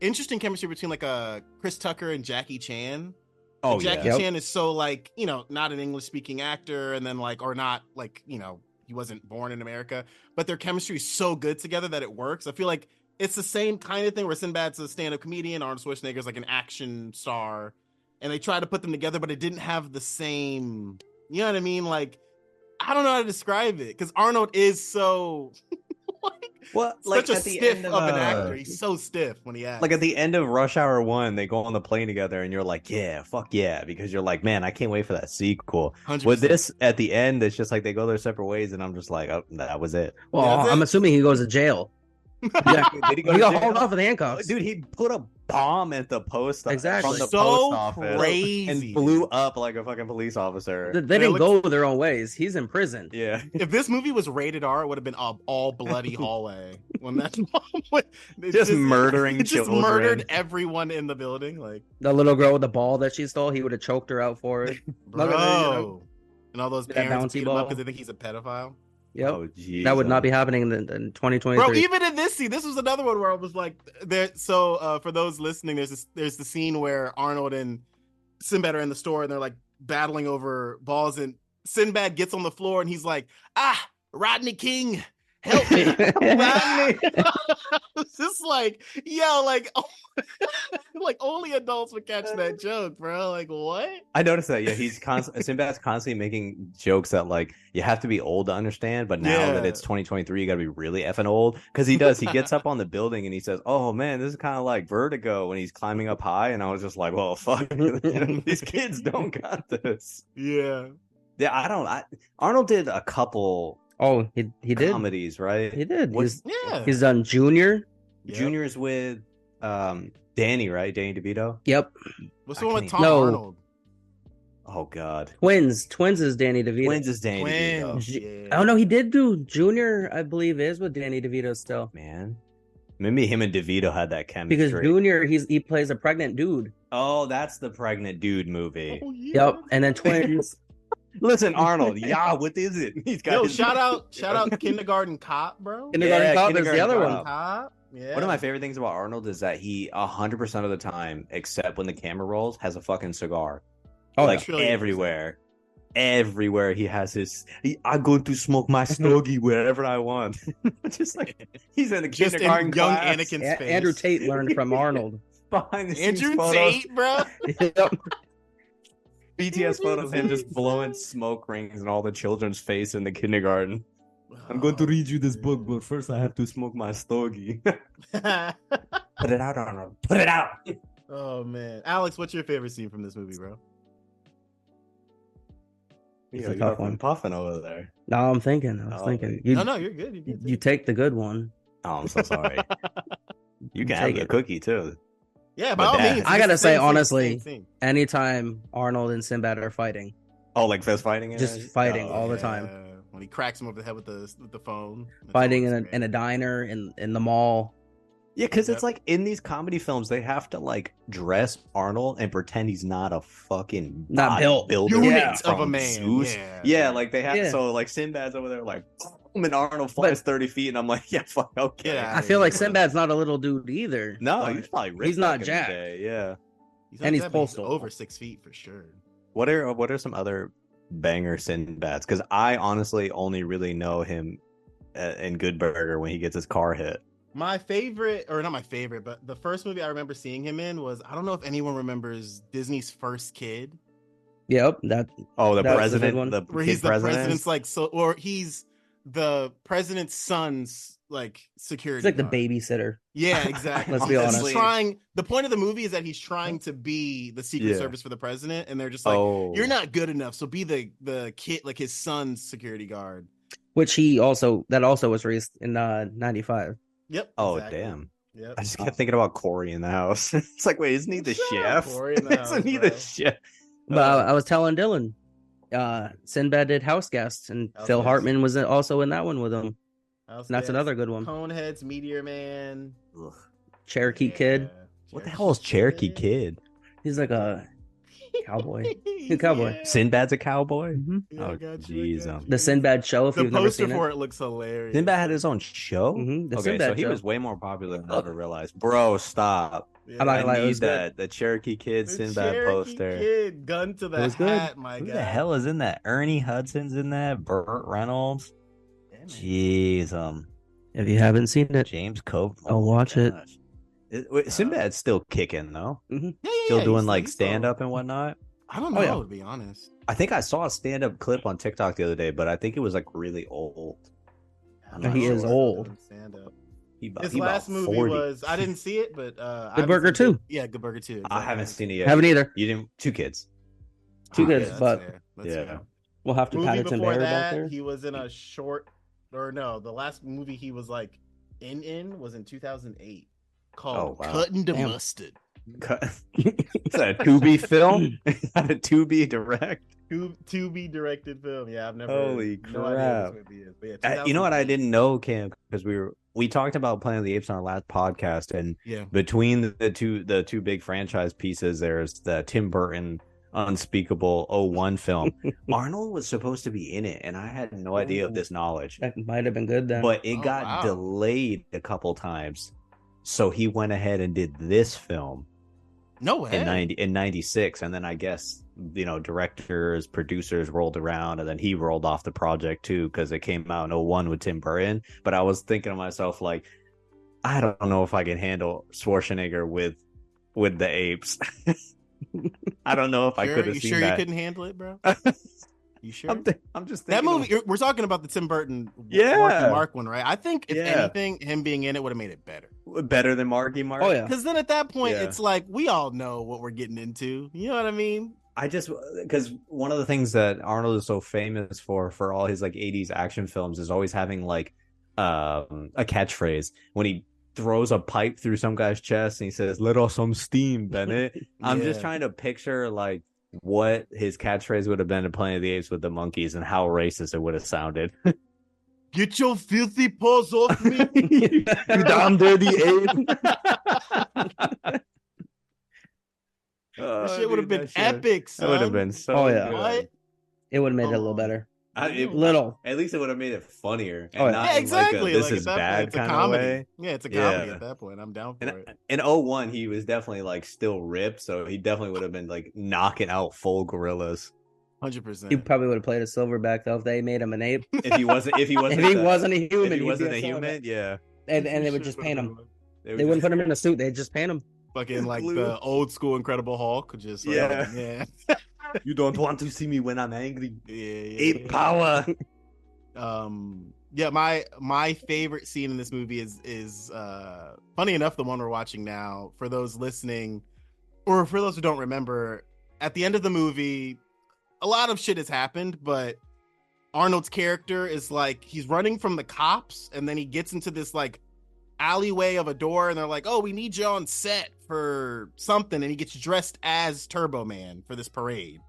S4: interesting chemistry between like uh, Chris Tucker and Jackie Chan.
S2: Oh, yeah.
S4: Jackie
S5: Yep.
S4: Chan is so like you know not an English speaking actor, and then like or not like you know he wasn't born in America, but their chemistry is so good together that it works. I feel like it's the same kind of thing where Sinbad's a stand up comedian, Arnold Schwarzenegger's like an action star, and they tried to put them together, but it didn't have the same. You know what I mean? Like I don't know how to describe it because Arnold is so like,
S2: What? Like
S4: such a
S2: at the
S4: stiff
S2: end
S4: of,
S2: of,
S4: an
S2: uh,
S4: actor. He's so stiff when he acts.
S2: Like at the end of Rush Hour One, they go on the plane together, and you're like, "Yeah, fuck yeah," because you're like, "Man, I can't wait for that sequel."
S4: 100%.
S2: With this at the end, it's just like they go their separate ways, and I'm just like, "Oh, that was it."
S5: Well,
S4: that's
S5: I'm
S4: it.
S5: assuming he goes to jail. Yeah.
S2: Did he
S5: He got
S2: jail? Oh,
S5: hauled off in handcuffs.
S2: Dude, he put a bomb at the post from
S5: Exactly.
S2: the
S4: So
S2: post office
S4: crazy.
S2: uh, and blew up like a fucking police officer.
S5: They- they
S4: But it
S5: didn't go their own ways. He's in prison.
S2: yeah.
S4: if this movie was rated R, it would have been a all bloody hallway when that mom went, it
S2: Just murdering
S4: it just
S2: children.
S4: murdered everyone in the building. Like,
S5: The little girl with the ball that she stole, he would have choked her out for it.
S4: bro,
S5: Look at that, you know.
S4: and all those
S5: That
S4: parents
S5: bouncy
S4: beat him up
S5: ball.
S4: because they think he's a pedophile.
S5: Yep.
S2: Oh, jeez.
S5: that would not be happening in, in 2023.
S4: Bro, even in this scene, this was another one where I was like, there. So uh, for those listening, there's this, there's the scene where Arnold and Sinbad are in the store and they're like battling over balls, and Sinbad gets on the floor and he's like, ah, Rodney King, help me. Rodney. it's just like, yo, like, oh, like only adults would catch that joke, bro. Like, what?
S2: I noticed that. Yeah, he's constant. Sinbad's constantly making jokes that like you have to be old to understand, but now that
S4: Yeah.
S2: it's 2023, you got to be really effing old because he does. He gets up on the building and he says, "Oh man, this is kind of like Vertigo when he's climbing up high." And I was just like, "Well, fuck, these kids don't got this."
S4: Yeah.
S2: Yeah, I don't. I, Arnold did a couple
S5: oh, he he did.
S2: comedies, right?
S5: He did.
S2: What-
S5: He's,
S4: Yeah.
S5: he's done Junior.
S4: Yep.
S2: Juniors with um Danny, right? Danny DeVito.
S5: Yep.
S4: What's
S2: I
S4: the one with
S2: can't-
S4: Tom
S5: No.
S4: Arnold?
S2: Oh God,
S5: Twins. Twins is Danny DeVito.
S2: when's his Danny DeVito?
S4: Twins.
S5: J- Oh no, he did do Junior. I believe is with Danny DeVito still
S2: Man, maybe him and DeVito had that chemistry.
S5: because Junior he's he plays a pregnant dude.
S2: Oh, that's the pregnant dude movie.
S4: Oh, yeah.
S5: Yep. And then Twins.
S2: Listen, Arnold. Yeah, what is it? He's got
S4: Yo,
S2: his-
S4: shout out, shout out, Kindergarten Cop, bro.
S2: Yeah,
S5: Kindergarten Cop is the
S2: Kindergarten
S5: other
S2: Cop.
S5: one.
S4: Cop. Yeah.
S2: One of my favorite things about Arnold is that he 100% of the time, except when the camera rolls, has a fucking cigar.
S5: Oh,
S2: like
S4: yeah. Trillion
S2: everywhere. Everywhere he has his, he, I'm going to smoke my stogie wherever I want. Just like he's in the
S4: Just in
S2: kindergarten
S4: young
S2: class,
S4: Anakin's
S5: A-
S4: face.
S5: Andrew Tate learned from Arnold.
S2: behind the scenes
S4: Andrew
S2: photos,
S4: Tate, bro.
S5: Yep.
S2: BTS photos, him just blowing smoke rings in all the children's face in the kindergarten. I'm going
S4: Oh,
S2: to read you this book, but first I have to smoke my stogie.
S4: but.
S2: Put it out, Arnold. Put it out.
S4: oh man, Alex, what's your favorite scene from this movie, bro?
S5: It's a tough one.
S2: puffing over there.
S5: No, I'm thinking. I was
S2: Oh,
S5: thinking. You,
S4: No, no, you're good. You're good.
S5: you take the good one.
S2: Oh, I'm so sorry. you can
S5: Take
S2: have the
S5: it.
S2: cookie too.
S4: yeah, by
S2: But
S4: all
S2: that-
S4: means.
S5: I gotta
S4: it's the same
S5: say,
S4: scene,
S5: honestly,
S4: same scene.
S5: Anytime Arnold and Sinbad are fighting,
S2: Oh, like fist fighting? and
S5: Just
S2: everything?
S5: fighting
S2: Oh,
S5: all the
S2: yeah.
S5: time.
S4: Yeah, When he cracks him over the head with the with the phone. That's
S5: fighting in
S4: always
S5: a,
S4: great.
S5: in a diner in in the mall.
S2: Yeah, because
S4: Yep.
S2: it's like in these comedy films, they have to like dress Arnold and pretend he's not a fucking
S5: Not built.
S2: builder
S4: unit
S5: Yeah.
S4: of a
S2: from
S4: man.
S2: Zeus.
S4: Yeah.
S2: Yeah, like they have
S5: Yeah.
S2: so like Sinbad's over there like boom, and Arnold flies thirty feet, and I'm like, yeah, fuck, okay.
S4: Yeah.
S5: I feel like Sinbad's not a little dude either.
S2: No,
S5: Like,
S2: he's probably ripped
S5: he's not
S2: back in the
S5: jacked.
S2: day, Yeah.
S4: he's not
S5: and he's
S4: that big,
S5: postal.
S4: over six feet for sure.
S2: What are uh, what are some other banger Sinbad's? Because I honestly only really know him uh, in Good Burger when he gets his car hit.
S4: My favorite, or not my favorite, but the first movie I remember seeing him in was I don't know if anyone remembers Disney's First Kid,
S5: Yep. That
S2: Oh, the
S5: That's a good
S2: president,
S5: one.
S2: the
S4: where
S2: kid
S4: he's the
S2: president.
S4: president's like so, or he's the president's son's like security.
S5: It's like the
S4: guard.
S5: babysitter.
S4: Yeah, exactly.
S5: Let's be
S4: He's
S5: honest.
S4: Trying the point of the movie is that he's trying to be the Secret
S2: Yeah.
S4: Service for the president, and they're just like,
S2: oh,
S4: "You're not good enough, so be the the kid, like his son's security guard."
S5: Which he also that also was released in uh ninety five.
S4: Yep.
S2: Oh
S4: exactly.
S2: damn!
S4: Yep.
S2: I just kept thinking about Corey in the house. it's like, wait, isn't he the
S4: Shut up,
S2: chef?
S4: Corey in the house,
S2: isn't he the
S4: bro.
S2: chef?
S5: But I, I was telling Dylan, uh Sinbad did House Guest and
S4: House
S5: Phil
S4: Guest.
S5: Hartman was also in that one with him.
S4: House
S5: And that's
S4: Guest,
S5: another good one.
S4: Coneheads, Meteor Man,
S2: Ugh.
S5: Cherokee Kid.
S4: Yeah.
S2: What the hell is Cherokee Kid?
S5: He's like a cowboy. cowboy.
S4: Yeah.
S2: Sinbad's a cowboy.
S4: Yeah, I
S2: Oh,
S4: got you, I
S2: jeez,
S4: got
S2: um,
S4: you.
S5: The Sinbad show. If
S4: The
S5: you've never
S4: poster
S5: seen
S4: for
S5: it,
S4: it. looks hilarious.
S2: Sinbad had his own show.
S5: Mhm, the
S2: okay,
S5: Sinbad
S2: so he
S5: show.
S2: was way more popular
S4: Uh,
S2: than I ever realized. Bro, stop!
S4: Yeah.
S5: I'm
S2: I
S5: not gonna lie, it
S2: need
S5: was good.
S2: that the Cherokee Kid
S4: The
S2: Sinbad
S4: Cherokee
S2: poster.
S4: Kid, gun to the
S2: was good.
S4: hat, my
S2: Who
S4: guy.
S2: the hell is in that? Ernie Hudson's in that. Burt Reynolds.
S4: Damn it.
S2: Jeez, um,
S5: if you haven't seen it,
S2: James Cove.
S5: I'll watch it.
S2: it. wait, Sinbad's still kicking though.
S4: Yeah, yeah,
S2: Still
S4: yeah,
S2: doing
S4: he's-
S2: like
S4: he's still-
S2: stand up and whatnot.
S4: I don't know,
S5: Oh, yeah.
S4: to be honest.
S2: I think I saw a stand up clip on TikTok the other day, but I think it was like really old. I'm
S5: No,
S2: not
S5: he
S2: sure.
S5: is old.
S4: Stand up.
S2: He about-
S4: His
S2: he about
S4: last movie
S2: 40.
S4: was I didn't see it, but uh, I
S5: Good
S4: haven't
S5: Burger
S4: seen it.
S5: too.
S4: Yeah, Good Burger Two.
S2: I haven't seen it yet.
S5: haven't either.
S2: You didn't. Two kids.
S5: Two
S4: good,
S5: kids, but-
S2: Yeah.
S5: We'll have to pat
S4: Movie
S5: it to
S4: before
S5: bear back
S4: that,
S5: there.
S4: he was in a short, or no, the last movie he was like in in was in 2008 called
S2: Oh, wow.
S4: Cutting to
S5: Damn.
S4: Mustard.
S2: Is that a two B film? Is that a two B direct?
S4: To, to be directed film. Yeah, I've never.
S2: Holy
S4: no idea
S2: crap.
S4: what this movie is, but yeah,
S2: I- Uh, you know what I
S4: 2008.
S2: didn't know, Cam, because we were we talked about Planet of the Apes on our last podcast, and
S4: Yeah.
S2: between the, the two the two big franchise pieces, there's the Tim Burton unspeakable 01 film. Arnold was supposed to be in it, and I had no idea of this knowledge.
S5: That might have been good then.
S2: But it
S4: Oh,
S2: got
S4: wow.
S2: delayed a couple times. So he went ahead and did this film
S4: No way.
S2: in ninety in ninety six, and then I guess you know directors, producers rolled around, and then he rolled off the project too because it came out in 01 with Tim Burton. But I was thinking to myself like, I don't know if I can handle Schwarzenegger with with the apes. I don't know if I
S4: Sure?
S2: could have
S4: you
S2: seen
S4: sure you
S2: that.
S4: couldn't handle it, bro? You sure?
S2: I'm, th- I'm just
S4: that
S2: thinking
S4: movie. you're- We're talking about the Tim Burton,
S2: Yeah.
S4: Marky Mark one, right? I think if
S2: Yeah.
S4: anything, him being in it would have made it better.
S2: of- better than Marky Mark.
S5: oh yeah,
S4: Because then at that point,
S2: Yeah.
S4: it's like we all know what we're getting into. You know what I mean?
S2: I just because one of the things that Arnold is so famous for for all his like 80s action films is always having like um a catchphrase when he throws a pipe through some guy's chest and he says let off some steam Bennett I'm just
S4: Yeah.
S2: trying to picture like what his catchphrase would have been in Planet of the Apes with the monkeys and how racist it would have sounded
S4: Get your filthy paws off me!
S2: you damn dirty ape
S4: That
S2: Oh,
S4: shit would have
S2: dude,
S4: been
S2: that shit-
S4: epic.
S2: that
S4: Son.
S2: would have been so
S5: Oh, yeah.
S2: good.
S4: What?
S5: it would have made it a
S4: Oh.
S5: little better.
S2: I- it-
S5: Little.
S2: At least it would have made it funnier. And
S5: Oh, yeah.
S4: Yeah,
S2: not in, like, a
S4: exactly.
S2: this
S4: Like, at
S2: is
S4: that point,
S2: bad
S4: it's a
S2: kind of
S4: comedy.
S2: way.
S4: Yeah, it's a comedy
S2: Yeah.
S4: at that point. I'm down for
S2: And-
S4: it.
S2: In 01, he was definitely like still ripped, so he definitely would have been like knocking out full gorillas
S4: Hundred
S5: He
S4: percent.
S5: probably would have played a silverback though if they made him an ape.
S2: if he wasn't. If he
S5: if
S2: wasn't.
S5: he
S2: the-
S5: wasn't a human,
S2: If
S5: he'd
S2: he
S5: be
S2: wasn't a
S5: silverback.
S2: human, yeah.
S5: and, and they would just paint him.
S2: would
S5: They wouldn't
S2: just-
S5: put him in a suit. They'd just paint him.
S4: Fucking like
S2: Blue.
S4: the old school Incredible Hulk. Just like,
S2: Yeah.
S4: yeah,
S2: You don't want to see me when I'm angry.
S4: yeah, yeah,
S2: Ape
S4: yeah.
S2: power.
S4: um yeah my my favorite scene in this movie is is uh funny enough the one we're watching now for those listening or for those who don't remember at the end of the movie a lot of shit has happened but arnold's character is like he's running from the cops and then he gets into this like alleyway of a door and they're like oh we need you on set for something and he gets dressed as turbo man for this parade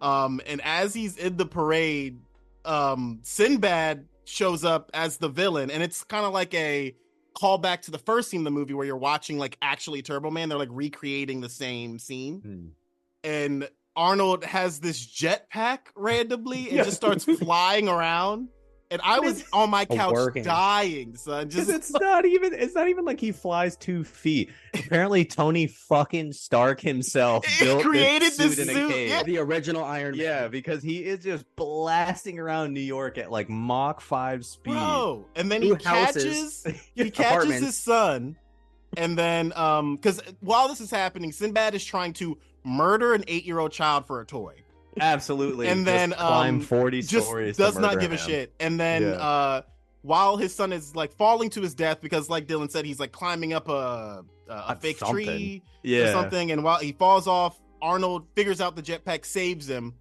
S4: um and as he's in the parade um Sinbad shows up as the villain, and it's kind of like a callback to the first scene of the movie where you're watching like actually Turbo Man. They're like recreating the same scene,
S2: Hmm.
S4: and Arnold has this jetpack randomly and
S2: Yeah.
S4: just starts flying around. And I was on my
S5: Oh,
S4: couch
S5: working.
S4: dying, son.
S2: Because
S4: Just
S2: it's not even it's not even like he flies two feet. Apparently Tony fucking Stark himself
S4: He
S2: built
S4: created this
S2: suit in a
S4: suit,
S2: cave.
S4: yeah.
S5: The original Iron Man.
S2: Yeah, because he is just blasting around New York at like Mach 5 speed.
S4: bro. And then
S5: New
S4: he
S5: houses.
S4: catches he
S2: Yeah.
S4: catches
S5: apartment.
S4: his son and then um because while this is happening sinbad is trying to murder an eight-year-old child for a toy
S2: Absolutely.
S4: And
S2: Just
S4: then, um,
S2: climb 40
S4: just
S2: stories. to
S4: does not
S2: murder
S4: give a
S2: him.
S4: shit. And then
S2: Yeah.
S4: uh while his son is like falling to his death because like Dylan said he's like climbing up a a, a
S2: Up
S4: fake
S2: something.
S4: tree or
S2: Yeah.
S4: something and while he falls off Arnold figures out the jetpack saves him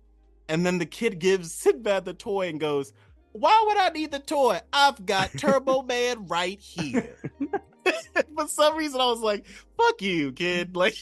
S4: and then the kid gives Sinbad the toy and goes why would I need the toy I've got Turbo Man right here for some reason I was like fuck you kid like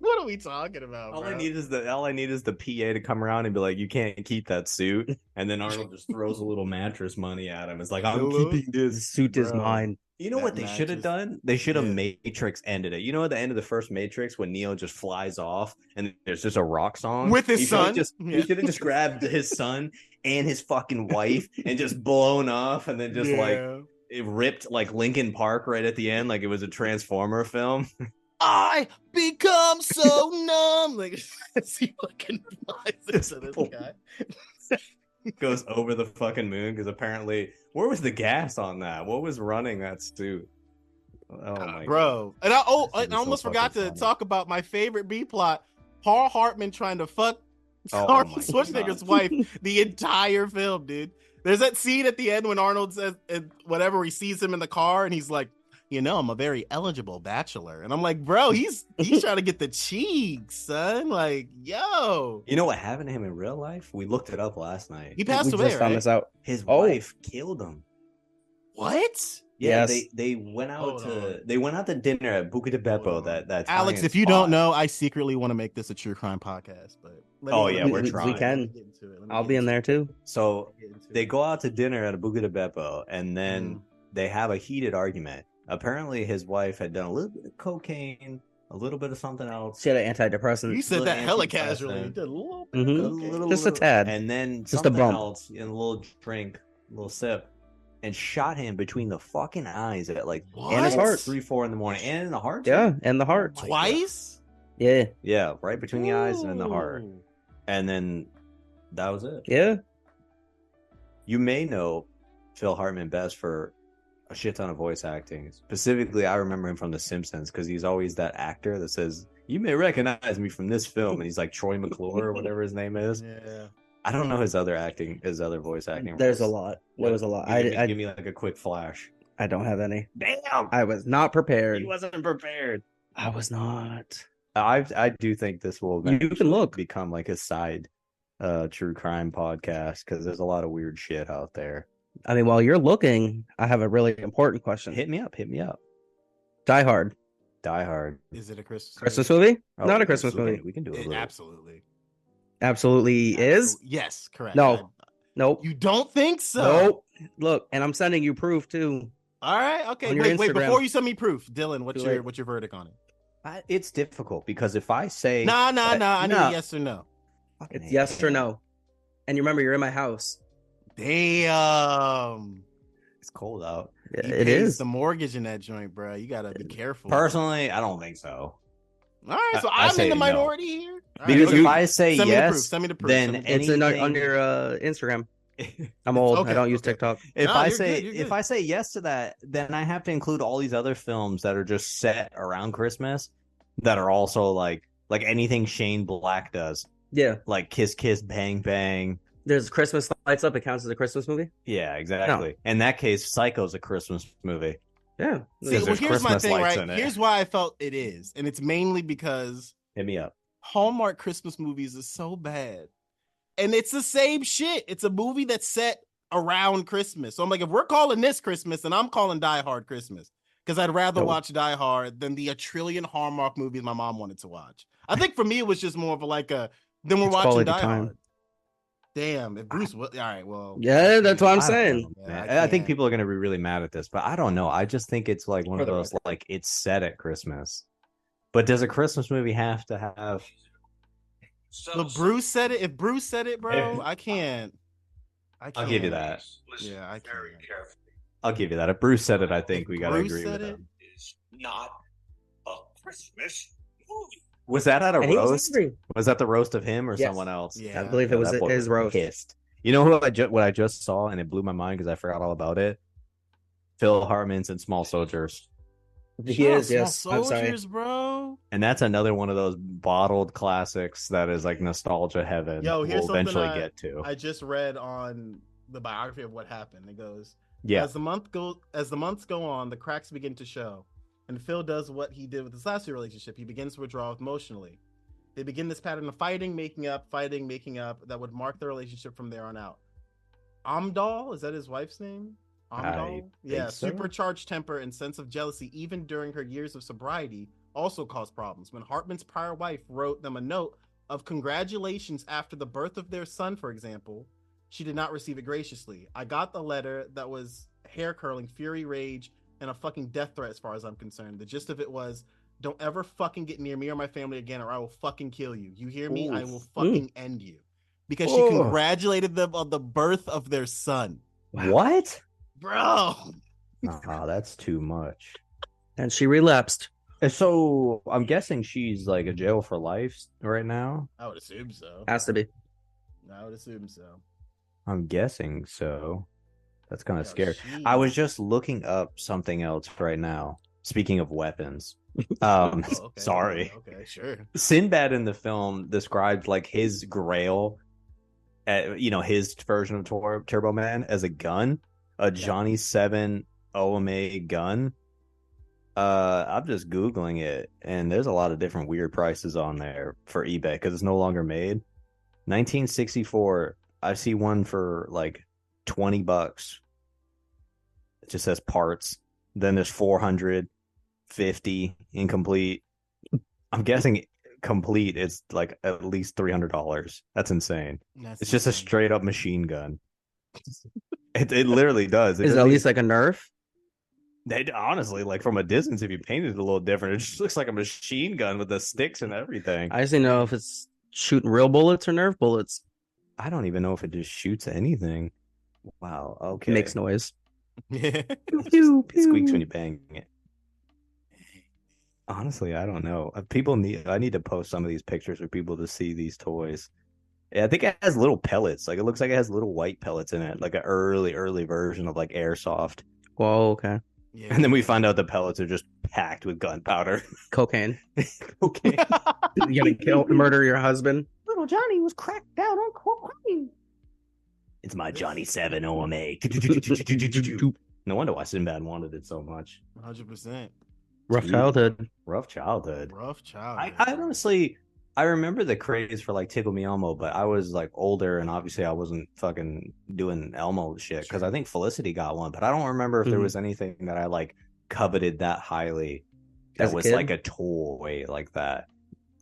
S4: what are we talking about
S2: All I
S4: bro?
S2: need is the all I need is the PA to come around and be like, "You can't keep that suit," and then Arnold just throws a little mattress money at him. It's like, "I'm
S4: Hello?
S2: keeping
S5: The
S2: this."
S5: suit is
S4: Bro.
S5: mine.
S2: You know
S4: That
S2: what they should have
S4: mattress-
S2: done? They should have
S4: Yeah.
S2: Matrix ended it. You know, at the end of the first Matrix, when Neo just flies off and there's just a rock song
S4: With his
S2: You shoulda
S4: son?
S2: Just,
S4: Yeah.
S2: You should have just grabbed his son and his fucking wife and just blown off, and then just like
S4: Yeah.
S2: it ripped like Lincoln Park right at the end, like it was a Transformer film.
S4: I become so numb. Like, as he fucking flies into this guy.
S2: goes over the fucking moon because apparently, where was the gas on that? What was running that suit? Oh my god,
S4: Ah, Bro. And I, oh,
S2: This is
S4: and I
S2: so
S4: almost forgot to
S2: fucking funny.
S4: talk about my favorite B plot Paul Hartman trying to fuck
S2: Oh
S4: Arnold
S2: my
S4: Schwarzenegger's
S2: God.
S4: wife the entire film, dude. There's that scene at the end when Arnold says, and whatever, he sees him in the car and he's like, you know, I'm a very eligible bachelor. And I'm like, bro, he's he's trying to get the cheeks, son. Like, yo.
S2: You know what happened to him in real life? We looked it up last night.
S4: He passed
S5: we
S4: away.
S5: just found
S4: right?
S5: this out.
S2: His
S5: Oh.
S2: wife killed him.
S4: What?
S2: Yeah,
S5: Yes.
S2: they they went out
S4: Hold
S2: to
S4: on.
S2: they went out to dinner at Buca di Beppo.
S4: on.
S2: That that
S4: Alex,
S2: Italian
S4: if you
S2: spot.
S4: don't know, I secretly want to make this a true crime podcast, but let
S2: Oh,
S4: let
S2: yeah,
S4: get
S2: we're
S4: into it. Let
S2: trying.
S4: me
S5: We can.
S4: get into it. Let me
S5: I'll
S4: get
S5: be in
S4: into
S5: there
S4: it.
S5: too.
S2: so
S4: Let me get into
S2: they
S4: it.
S2: go out to dinner at a Buca di Beppo, and then
S4: Mhm.
S2: they have a heated argument. Apparently, his wife had done a little bit of cocaine, a little bit of something else,
S5: She had an antidepressant.
S4: You said that
S2: little
S4: hella
S2: anti-fascist
S4: casually.
S2: thing.
S4: You did a little bit.
S5: Mhm.
S4: of
S5: A
S4: cocaine.
S5: Just a tad.
S2: and then
S5: Just a
S2: something
S5: bump.
S2: else, and a little drink, a little sip, and shot him between the fucking eyes at like
S4: What?
S5: And his heart.
S2: three, four in the morning, and in the heart. too.
S5: Yeah, and the heart.
S2: Oh my
S4: Twice?
S5: Yeah,
S2: yeah, right between the eyes and in the heart,
S4: Ooh.
S2: and then that was it.
S5: yeah.
S2: You may know Phil Hartman best for a shit ton of voice acting. Specifically, I remember him from The Simpsons because he's always that actor that says, "You may recognize me from this film," and he's like Troy McClure or whatever his name is.
S4: Yeah.
S2: I don't know his other acting, his other voice acting.
S5: There's a
S2: roles.
S5: lot. There was a lot.
S2: Give
S5: I,
S2: me, give
S5: I,
S2: me like a quick flash.
S5: I don't have any.
S2: Damn,
S5: I was not prepared.
S2: he wasn't prepared.
S5: I was not.
S2: I I do think this will
S5: You
S2: eventually
S5: can look.
S2: become like a side uh true crime podcast because there's a lot of weird shit out there.
S5: I mean, while you're looking, I have a really important question.
S2: Hit me up, hit me up.
S5: Die Hard,
S2: Die Hard.
S4: Is it a Christmas?
S5: Christmas
S4: movie?
S5: movie?
S2: Oh,
S5: not a
S2: yes,
S5: Christmas
S2: we can-
S5: movie.
S2: We can do a
S4: It
S2: little.
S4: absolutely.
S5: Absolutely is.
S4: Absolute- Yes, correct.
S5: No.
S4: I-
S5: Nope.
S4: you don't think so?
S5: Nope. Look, and I'm sending you proof too.
S4: All right. Okay.
S5: On your
S4: Wait, wait.
S5: Instagram.
S4: Before you send me proof, Dylan, what's
S5: Too
S4: your
S5: late.
S4: what's your verdict on it?
S2: I, it's difficult because if I say
S4: Nah, nah,
S2: Uh,
S4: nah. I need
S2: no.
S4: a yes or no.
S2: Fucking
S5: It's
S2: hate
S5: yes or
S2: it.
S5: no. And you remember, you're in my house.
S4: Damn.
S2: it's cold out.
S5: It
S4: He
S5: it
S4: pays
S5: is.
S4: the mortgage in that joint, bro. You gotta be careful.
S2: Personally, I don't think so
S4: All right, so
S2: I- I
S4: I, am
S2: say
S4: in the
S2: no.
S4: minority here. All right,
S2: because
S4: okay.
S2: if I say
S4: send me the proof,
S2: yes,
S4: send me the proof.
S2: then
S4: send me the
S5: It's in,
S2: anything-
S5: on your uh, Instagram. I'm old.
S4: Okay,
S5: I don't use
S4: okay.
S5: TikTok.
S2: if
S4: No,
S2: I
S4: you're
S2: say
S4: good, you're
S2: if
S4: good.
S2: I say yes to that, then I have to include all these other films that are just set around Christmas that are also like like anything Shane Black does,
S5: Yeah,
S2: like Kiss Kiss Bang Bang.
S5: there's Christmas lights up. It counts as a Christmas movie.
S2: Yeah, exactly. In that case, Psycho's a Christmas movie.
S5: Yeah.
S4: See,
S2: Because
S4: well,
S2: there's
S4: here's my
S2: Christmas
S4: thing,
S2: lights
S4: right?
S2: in it.
S4: Here's why I felt it is, and it's mainly because
S2: Hit me up.
S4: Hallmark Christmas movies is so bad, and it's the same shit. It's a movie that's set around Christmas. So I'm like, if we're calling this Christmas, then I'm calling Die Hard Christmas because I'd rather
S2: No.
S4: watch Die Hard than the a trillion Hallmark movies my mom wanted to watch. I think for me, it was just more of a, like a then we're
S5: It's
S4: watching
S5: quality
S4: Die
S5: time.
S4: Hard. Damn, if Bruce, Will- all right, well,
S5: Yeah, that's what I'm
S2: I don't
S5: saying.
S2: know,
S4: Yeah,
S2: man.
S4: I
S2: I, think
S4: can't.
S2: people are gonna be really mad at this, but I don't know. I just think it's like one of
S5: For the
S2: those like it's set at Christmas. But does a Christmas movie have to have
S4: But Bruce said it. If Bruce said it, bro, I can't. I can't.
S2: I'll give you that.
S4: Yeah, I can't.
S2: I'll give you that. If Bruce said it, I think
S4: If
S2: we gotta
S4: Bruce
S2: agree
S4: said
S2: with
S4: it-
S2: him.
S6: is not a Christmas movie.
S2: Was that at a
S5: And he
S2: roast?
S5: was
S2: Was,
S5: angry.
S2: that the roast of him or
S5: Yes.
S2: someone else?
S4: Yeah.
S5: I believe
S2: Yeah,
S5: it was
S2: that boy
S5: his roast.
S2: pissed. You know who I ju- what I just saw and it blew my mind because I forgot all about it. Phil Hartman's and Small Soldiers.
S5: He is,
S4: Small
S5: yes. I'm sorry.
S4: Soldiers, bro.
S2: And that's another one of those bottled classics that is like nostalgia heaven.
S4: Yo, here's
S2: we'll
S4: something
S2: eventually
S4: I-
S2: get to.
S4: I just read on the biography of what happened. It goes,
S2: yeah,
S4: As the month go as the months go on, the cracks begin to show, and Phil does what he did with his last year relationship. He begins to withdraw emotionally. They begin this pattern of fighting, making up, fighting, making up that would mark their relationship from there on out. Amdal, is that his wife's name?
S2: I
S4: Amdal? Yeah,
S2: so.
S4: supercharged temper and sense of jealousy, even during her years of sobriety, also caused problems. When Hartman's prior wife wrote them a note of congratulations after the birth of their son, for example, she did not receive it graciously. I got the letter that was hair curling, fury, rage, and a fucking death threat, as far as I'm concerned. The gist of it was don't ever fucking get near me or my family again, or I will fucking kill you. You hear me? I will
S2: Mm.
S4: fucking end you. Because she
S2: Oh.
S4: congratulated them on the birth of their son.
S2: what?
S4: Bro.
S2: Ah, that's too much.
S5: And she relapsed.
S2: And So I'm guessing she's like a jail for life right now.
S4: I would assume so.
S5: Has to be.
S4: I would assume so.
S2: I'm guessing so. That's kind
S4: Yo,
S2: of scary.
S4: she-
S2: I was just looking up something else right now. Speaking of weapons, um,
S4: Oh, okay,
S2: sorry.
S4: Okay, okay, sure.
S2: Sinbad in the film described like his grail, uh, you know, his version of Tor- Turbo Man as a gun, a Johnny 7 OMA gun. Uh, I'm just Googling it, and there's a lot of different weird prices on there for eBay because it's no longer made. 1964, I see one for like 20 bucks. It just says parts. Then there's 450 incomplete. I'm guessing complete it's like at least three hundred dollars. That's insane.
S4: That's
S2: It's just a
S4: insane.
S2: straight up machine gun. It, it literally does. It
S5: Is it at
S2: doesn't
S5: least like a nerf?
S2: even- it- honestly, like from a distance, if you painted it a little different, it just looks like a machine gun with the sticks and everything. I,
S5: I just need to know if it's shooting real bullets or nerf bullets.
S2: I don't even know if it just shoots anything. Wow. Okay.
S5: Makes noise.
S2: It just- it squeaks when you bang it. Honestly, I don't know. Uh, People need. I need to post some of these pictures for people to see these toys. Yeah, I think it has little pellets. Like it looks like it has little white pellets in it, like an early, early version of like airsoft.
S5: Whoa, okay.
S4: Yeah.
S2: And then we find out the pellets are just packed with gunpowder.
S5: Cocaine.
S2: okay.
S5: You gonna kill, murder your husband?
S2: little Johnny was cracked down on cocaine. It's my Johnny Seven OMA. No wonder why Sinbad wanted it so much.
S4: 100%.
S5: Rough childhood.
S2: Rough childhood.
S4: Rough child.
S2: I, I
S4: man.
S2: honestly, I remember the craze for like Tickle Me Elmo, but I was like older and obviously I wasn't fucking doing Elmo shit because I think Felicity got one, but I don't remember if there
S5: Mhm.
S2: was anything that I like coveted that highly that
S5: As a
S2: was
S5: kid?
S2: like a toy like that.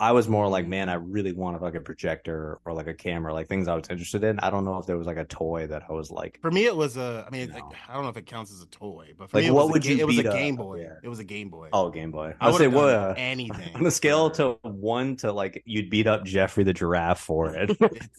S2: I was more like, man, I really want a fucking projector or like a camera, like things I was interested in. I don't know if there was like a toy that I was like,
S4: For me, it was a. I mean,
S2: No.
S4: like, I don't know if it counts as a toy, but for
S2: Like,
S4: me, it
S2: what
S4: was
S2: would
S4: a, ga-
S2: you
S4: it was a
S2: beat up?
S4: Game Boy.
S2: Yeah.
S4: It was a Game Boy.
S2: oh, Game Boy.
S4: I
S2: I
S4: would
S2: say,
S4: have
S2: what?
S4: done
S2: uh,
S4: anything
S2: On a scale
S4: for-
S2: to one to like, you'd beat up Jeffrey the giraffe for it.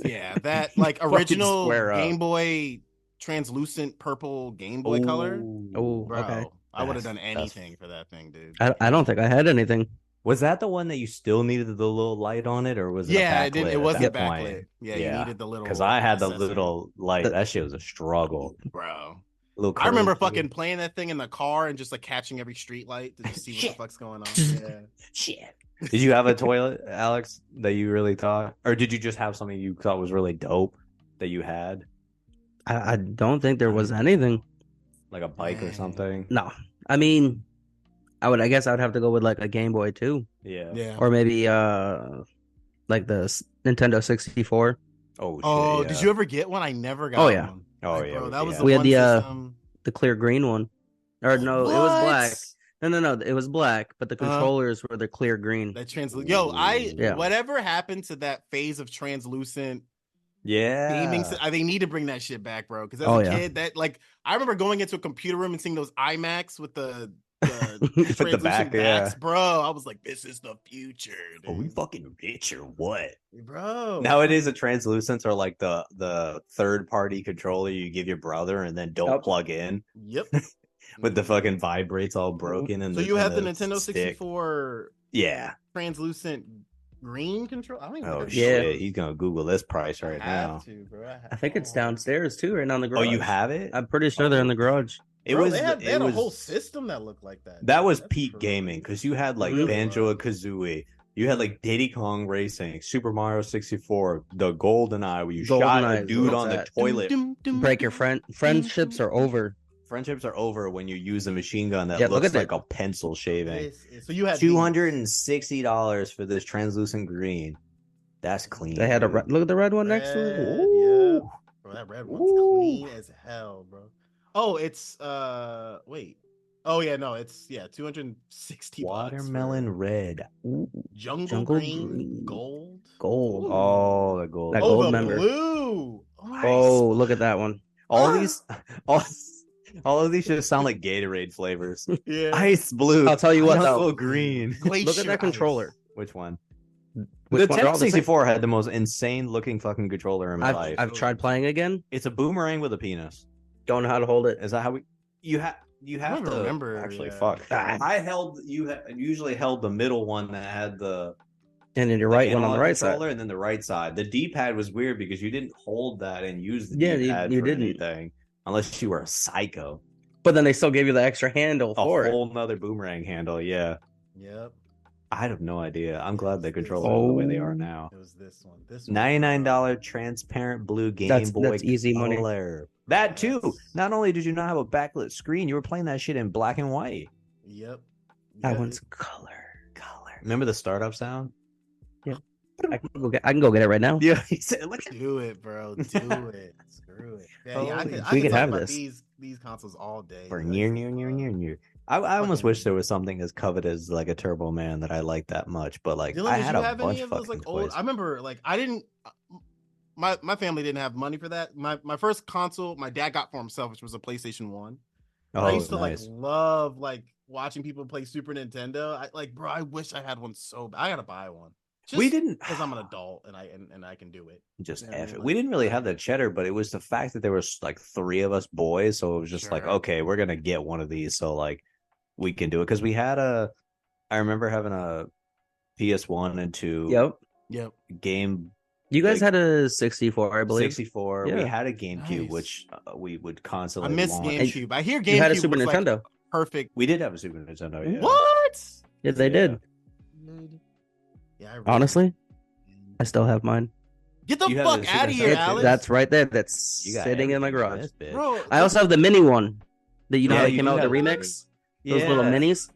S4: yeah, that like
S2: Fucking
S4: original
S2: square up.
S4: Game Boy translucent purple Game Boy color,
S5: Oh,
S4: bro.
S5: okay.
S4: I would have
S2: That's-
S4: done
S2: that's-
S4: anything for that thing, dude.
S5: I, I don't think I had anything.
S2: Was that the one that you still needed the little light on it, or was it?
S4: yeah,
S2: a
S4: it didn't.
S2: backlit
S4: It
S2: at
S4: wasn't
S2: that
S4: backlit.
S2: point?
S4: Yeah, you
S2: Yeah,
S4: needed the little.
S2: Because I had the
S4: accessory.
S2: little light. That shit was a struggle.
S4: bro.
S2: Little
S4: I remember
S2: curly-
S4: fucking playing that thing in the car and just like catching every street light to just see what the
S2: Shit.
S4: fuck's going on. Yeah.
S2: shit. Did you have a toilet, Alex, that you really thought, or did you just have something you thought was really dope that you had,
S5: I, I don't think there was anything.
S2: like a bike or
S4: Man.
S2: something?
S5: No. I mean, I would. I guess I would have to go with like a Game Boy too,
S2: Yeah.
S4: Yeah.
S5: or maybe uh, like the S- Nintendo sixty four.
S2: Oh. Shit,
S4: Oh,
S2: yeah.
S4: did you ever get one? I never got
S5: Oh, yeah.
S4: one.
S2: Oh
S4: Like,
S2: yeah.
S4: bro,
S2: we-
S4: that was
S2: yeah.
S4: the
S5: We had
S4: one
S5: the, uh,
S4: system-
S5: the clear green one. Or no, it was black. No, no, no, it was black, but the
S4: Uh-huh.
S5: controllers were the clear green.
S4: That translucent. Yo, I
S5: Yeah.
S4: whatever happened to that phase of translucent
S2: yeah.
S4: beaming? sy- I they need to bring that shit back, bro. Because as
S5: Oh,
S4: a
S5: yeah.
S4: kid, that like I remember going into a computer room and seeing those IMAX with the. the
S2: the
S4: translucent
S2: back, yeah.
S4: backs, bro. I was like, "This is the future,
S2: Are we
S4: dude.
S2: fucking rich or what?
S4: bro."
S2: Now it is a translucent or like the the third party controller you give your brother and then don't
S5: Yep.
S2: plug in
S4: yep.
S2: with the fucking vibrates all broken and
S4: So
S2: the,
S4: you
S2: and
S4: had the Nintendo
S2: stick.
S4: sixty four
S2: Yeah.
S4: translucent green control. I don't even.
S2: Oh
S4: think I-
S5: Yeah.
S2: shit. He's gonna Google this price right
S4: I oh. have
S2: now.
S4: to, bro.
S5: I think it's
S4: down.
S5: downstairs too, right now in the
S2: Oh,
S5: garage.
S2: you have it?
S5: I'm pretty sure they're in the garage.
S2: It
S4: Bro,
S2: was
S4: they
S2: the-
S4: had, they
S2: it
S4: had a
S2: was-
S4: whole system that looked like that.
S2: That was
S4: That's
S2: peak
S4: crazy.
S2: gaming because you had like
S5: Really?
S2: Banjo and Kazooie, you had like Diddy Kong Racing, Super Mario 64, the Golden Eye, where you shot
S5: GoldenEye
S2: a
S5: is
S2: dude
S5: what's
S2: on the
S5: that.
S2: toilet.
S4: Dum, dum,
S5: Break your
S4: dum.
S5: friend friendships are over.
S2: Friendships are over when you use a machine gun that
S5: Yeah, look
S2: looks
S5: at
S2: like a pencil shaving.
S4: This is- So you had
S2: Two hundred and sixty dollars for this translucent green. That's clean.
S5: They had a
S2: dude.
S5: red, look at the red one next to
S4: Red,
S5: it.
S4: yeah.
S5: Ooh.
S4: Bro, that red one's clean as hell, bro. Oh, it's uh, wait. Oh yeah, no, it's yeah, two hundred sixty.
S2: watermelon red. Ooh.
S4: jungle,
S5: jungle
S4: green,
S5: green.
S4: gold,
S5: Gold.
S2: Oh, the gold.
S5: That
S4: oh,
S5: gold
S4: the
S5: member.
S4: blue. Oh, my
S5: Oh, look at that one.
S2: All these, all, all of these just sound like Gatorade flavors.
S4: s- yeah. Oh,
S2: Ice blue.
S5: I'll tell you what,
S2: pineapple
S5: though.
S2: green.
S5: Look at
S4: Glacier
S5: that controller.
S4: ice.
S2: Which one?
S5: Which
S2: the
S5: one? They're all the same.
S2: 64 E had the most insane looking fucking controller in my
S5: I've,
S2: life.
S5: I've tried playing again.
S2: It's a boomerang with a penis.
S5: Don't know how to hold it.
S2: Is that how we? You have you
S4: I
S2: have
S4: don't
S2: to
S4: remember,
S2: actually
S4: yeah.
S2: fuck.
S5: Ah.
S2: I held you ha- usually held the middle one that had the
S5: And then your right one on the
S2: analog
S5: right side.
S2: controller and then the right side. The D pad was weird because you didn't hold that and use the
S5: Yeah, you-
S2: D pad
S5: you
S2: for
S5: didn't.
S2: anything unless you were a psycho.
S5: But then they still gave you the extra handle
S2: A
S5: for it.
S2: whole nother boomerang handle. Yeah,
S4: Yep,
S2: I have no idea. I'm glad they control it the way they are
S5: Oh.
S2: now.
S4: it was this one. This one,
S2: Ninety-nine
S4: bro.
S2: dollar transparent blue Game
S5: That's-
S2: Boy.
S5: that's easy money.
S2: color. That too.
S4: That's-
S2: Not only did you not have a backlit screen, you were playing that shit in black and white
S4: Yep,
S5: That
S4: Yeah.
S5: one's color.
S2: color. Remember the startup sound?
S5: I can go get, I can go get it right now.
S2: Yeah, he said, "Look at
S4: Do it, bro. Do it. Screw it. Yeah, yeah, I
S2: Holy-
S4: could, I
S5: We
S4: could
S5: could
S4: talk
S5: have
S4: about
S5: this.
S4: These these consoles all day.
S2: for
S4: like,
S2: near, near, near, near, near." I, I almost
S4: Fucking-
S2: wish there was something as coveted as like a Turbo Man that I liked that much, but like
S4: Dylan,
S2: I
S4: did
S2: had
S4: you
S2: a
S4: have
S2: bunch
S4: any of those
S2: fucking
S4: like old?
S2: toys.
S4: I remember like I didn't. uh, My my family didn't have money for that. My my first console my dad got for himself, which was a PlayStation One.
S2: oh,
S4: I used to
S2: nice.
S4: like love like watching people play Super Nintendo. I like, bro, I wish I had one so bad. I gotta buy one.
S2: we didn't
S4: because I'm an adult and I and, and I can do it.
S2: just
S4: Yeah, I
S2: F
S4: mean,
S2: it.
S4: like-
S2: We didn't really have the cheddar, but it was the fact that there was like three of us boys, so it was just like,
S4: Sure.
S2: okay, we're gonna get one of these, so like we can do it because we had a. I remember having a PS One and two
S5: Yep.
S4: Yep.
S2: game
S5: You guys
S2: Like-
S5: had a 64, I believe.
S2: sixty four. We
S5: Yeah.
S2: had a GameCube,
S4: Nice.
S2: which uh, we would
S4: I
S2: constantly.
S4: miss
S2: want.
S4: GameCube. I hear GameCube
S5: You had a Super
S4: was, like,
S5: Nintendo.
S4: perfect.
S2: We did have a Super Nintendo. Yeah.
S4: What?
S5: yeah, they did.
S4: Yeah. I really-
S5: Honestly, I still have mine.
S4: get the
S2: You have
S4: fuck
S2: the Super
S4: out of
S2: Nintendo
S4: here,
S5: It-
S2: too.
S4: Alex.
S5: that's right there. That's
S2: You got
S5: sitting in my
S2: everything
S5: garage.
S2: this bitch.
S4: bro.
S5: I also have the mini one that you know
S2: Yeah,
S5: how they
S2: you
S5: came
S2: do
S5: out with the
S2: have
S5: remix. Those little
S2: Yeah.
S5: minis.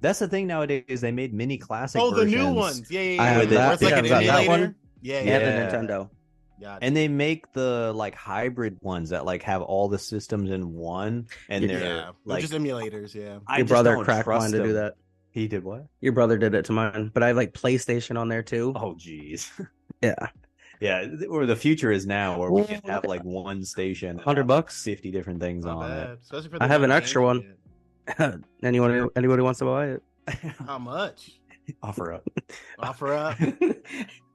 S2: That's the thing nowadays. They made mini classic.
S4: oh, the new
S2: versions.
S4: ones. Yeah, yeah, yeah.
S5: I
S2: have
S4: Where
S2: that.
S4: it's like
S2: Yeah,
S4: an
S2: I've got that
S4: emulator.
S5: one.
S4: Yeah,
S5: Yeah,
S4: yeah.
S2: Yeah.
S5: the Nintendo.
S4: God,
S2: and they make the like hybrid ones that like have all the systems in one and
S5: Yeah.
S2: they're
S4: yeah. They're
S2: like
S4: just emulators. Yeah.
S2: I
S5: Your
S2: just
S5: brother
S2: don't
S5: cracked mine
S2: trust
S5: to do
S2: them.
S5: that.
S2: he did what
S5: Your brother did it to mine, but I have like PlayStation on there too.
S2: oh jeez
S5: Yeah,
S2: yeah th- where the future is now where we
S5: Well,
S2: can have like one station and
S5: 100
S2: have
S5: bucks?
S2: 50 different things
S4: Not
S2: on
S4: bad.
S2: it
S4: Especially for
S5: I
S4: the
S5: have an
S4: new
S5: extra
S4: games
S5: one.
S4: we did.
S5: anyone anybody wants to buy it,
S4: How much?
S2: offer up
S4: Offer up.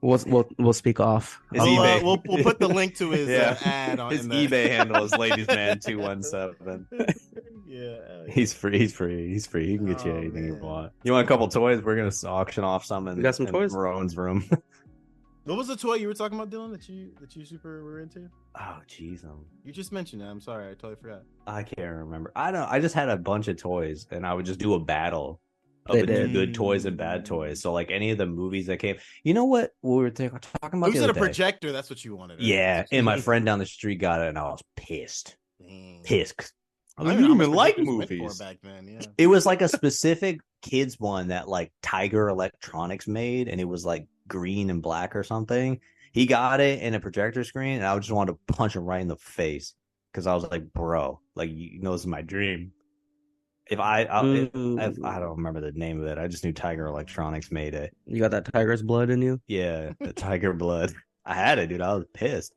S5: we'll we'll, we'll speak off. Um,
S2: It's
S4: We'll, uh,
S2: eBay.
S4: we'll, we'll put the link to his
S2: Yeah.
S4: uh, ad on
S2: his
S4: in the...
S2: ebay handle is ladiesman217
S4: Yeah. hell yeah.
S2: He's free. He's free. He's free. He can get you
S4: Oh,
S2: anything you
S4: man.
S2: want. You want a couple toys? We're gonna s- auction off some. In,
S5: We got some
S2: in
S5: toys?
S2: Rowan's room.
S4: What was the toy you were talking about, Dylan? That you that you super were into?
S2: oh, jeez, I'm
S4: You just mentioned it. I'm sorry, I totally forgot.
S2: I can't remember. I don't. I just had a bunch of toys, and I would just do a battle of
S5: They
S2: the
S5: did.
S2: good toys and bad toys. So like any of the movies that came, you know what we were ta- talking
S4: Oh,
S2: about?
S4: you
S2: the
S4: said
S2: other
S4: a
S2: day?
S4: projector. That's what you wanted. right?
S2: Yeah,
S4: That's what
S2: and my
S4: you-
S2: friend down the street got it, and I was pissed.
S4: Dang.
S2: Pissed. 'cause
S4: I
S2: I
S4: don't
S2: didn't
S4: know how
S2: even
S4: much
S2: like
S4: projectors went for
S2: movies.
S4: back then. Yeah.
S2: It was like a specific kids one that like Tiger Electronics made, and it was like green and black or something. He got it in a projector screen, and I just wanted to punch him right in the face because I was like, "Bro, like you know, this is my dream. If I, I if- if,
S5: Mm,
S2: I don't remember the name of it, I just knew Tiger Electronics made it.
S5: you got that tiger's blood in you.
S2: Yeah, the Tiger Blood. I had it, dude. I was pissed.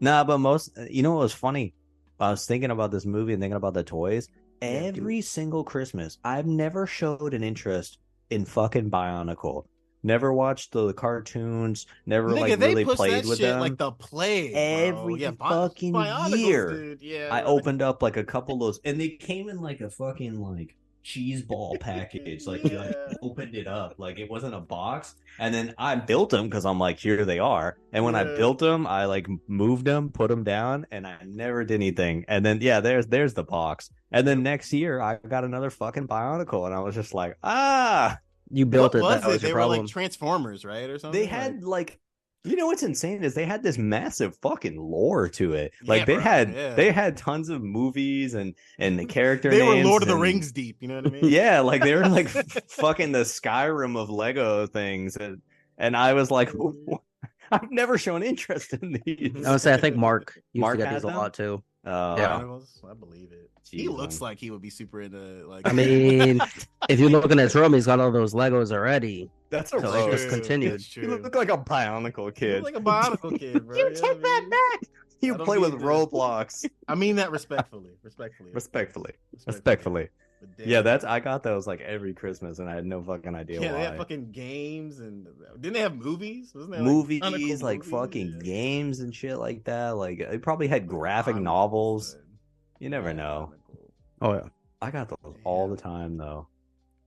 S2: Nah, but most, uh, you know what was funny? I was thinking about this movie and thinking about the toys.
S5: Yeah, dude.
S2: Every single Christmas, I've never showed an interest in fucking Bionicle. Never watched the cartoons. Never
S4: Nigga,
S2: like
S4: they
S2: really
S4: push
S2: played
S4: that
S2: with
S4: shit
S2: them.
S4: like the plague. bro.
S2: Every
S4: yeah, Bi-
S2: fucking
S4: Bionicles,
S2: year.
S4: Dude. Yeah.
S2: I
S4: like-
S2: opened up like a couple of those, and they came in like a fucking like cheese ball package. Like you like, opened it up, like it wasn't a box. And then I built them because I'm like, here they are. And when I
S4: Yeah.
S2: built them, I like moved them, put them down, and I never did anything. And then yeah, there's there's the box. And then next year, I got another fucking Bionicle, and I was just like, ah.
S5: You built
S4: what
S5: it.
S4: Was
S5: that was
S4: it? They
S5: your
S4: were
S5: problem.
S4: like Transformers, right, or something?
S2: they
S4: Like-
S2: had like you know what's insane is they had this massive fucking lore to it. Like
S4: Yeah,
S2: they
S4: bro,
S2: had
S4: yeah.
S2: they had tons of movies and and the character
S4: they were
S2: names
S4: Lord of the
S2: and-
S4: Rings deep. You know what I mean?
S2: Yeah, like they were like f- fucking the Skyrim of Lego things and and I was like I've never shown interest in these.
S5: I would say I think Mark used
S2: Mark
S5: to get
S2: has
S5: these a
S2: them?
S5: lot too.
S2: Uh,
S5: Yeah.
S4: Animals? I believe it. he
S2: Jeez,
S4: looks
S2: man.
S4: like he would be super into like.
S5: I mean, if you're looking at his room, he's got all those Legos already.
S2: that's a
S5: So they just
S2: roast.
S5: continued.
S4: That's
S2: You
S4: true.
S2: look like a bionicle
S4: You
S2: kid.
S4: look like a bionicle kid, bro.
S2: you
S4: know
S2: take
S4: what I mean?
S2: that back. You
S4: I don't
S2: play with
S4: need this.
S2: Roblox
S4: I mean that respectfully, respectfully,
S2: respectfully. Respectfully.
S4: But damn.
S2: Yeah, that's I got those like every Christmas, and I had no fucking idea
S4: Yeah, they
S2: why.
S4: had fucking games and didn't they have movies? Wasn't there
S2: movies,
S4: kinda
S2: like,
S4: cool movies?
S2: fucking
S4: Yeah.
S2: games and shit like that. Like it probably had graphic
S4: Comics,
S2: novels.
S4: man.
S2: You never
S4: Yeah,
S2: know.
S4: kinda cool.
S5: Oh yeah.
S2: I got those all the time though.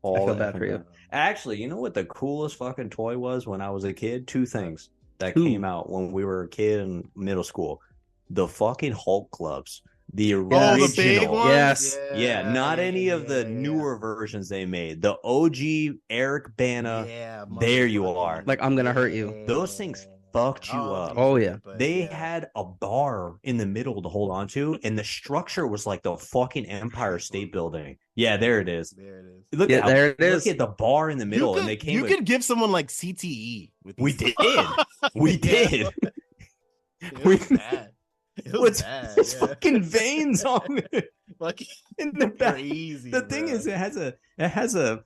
S2: All
S5: feel
S2: the
S5: bad for
S2: effing
S5: you.
S2: time. Actually, you know what the coolest fucking toy was when I was a kid? Two things that
S5: Two.
S2: came out when we were a kid in middle school: the fucking Hulk clubs, the original.
S4: Oh, the big ones?
S5: Yes.
S2: Yeah, not
S4: yeah,
S2: any
S4: yeah,
S2: of
S4: yeah,
S2: the
S4: yeah.
S2: newer versions they made. The OG Eric Bana.
S4: Yeah,
S2: there you
S4: motherfucking-
S2: are.
S5: Like, I'm gonna hurt you.
S2: Those things fucked you
S4: Oh,
S2: up.
S4: dude,
S5: Oh, yeah.
S4: but
S2: They
S4: yeah.
S2: had a bar in the middle to hold on to, and the structure was like the fucking Empire State Building. Yeah, there it is.
S4: There it is.
S2: Look,
S5: Yeah,
S2: at,
S5: there it
S2: look
S5: is.
S2: at the bar in the
S4: You
S2: middle,
S4: could-
S2: and they came.
S4: You
S2: with,
S4: could give someone like CTE. With
S2: We
S4: these-
S2: did. we
S4: Yeah,
S2: did
S4: It
S2: We-
S4: was bad. It was
S2: with
S4: bad.
S2: his
S4: yeah.
S2: fucking veins on it
S4: Like,
S2: in the back.
S4: crazy.
S2: The thing
S4: bro.
S2: is, it has a it has a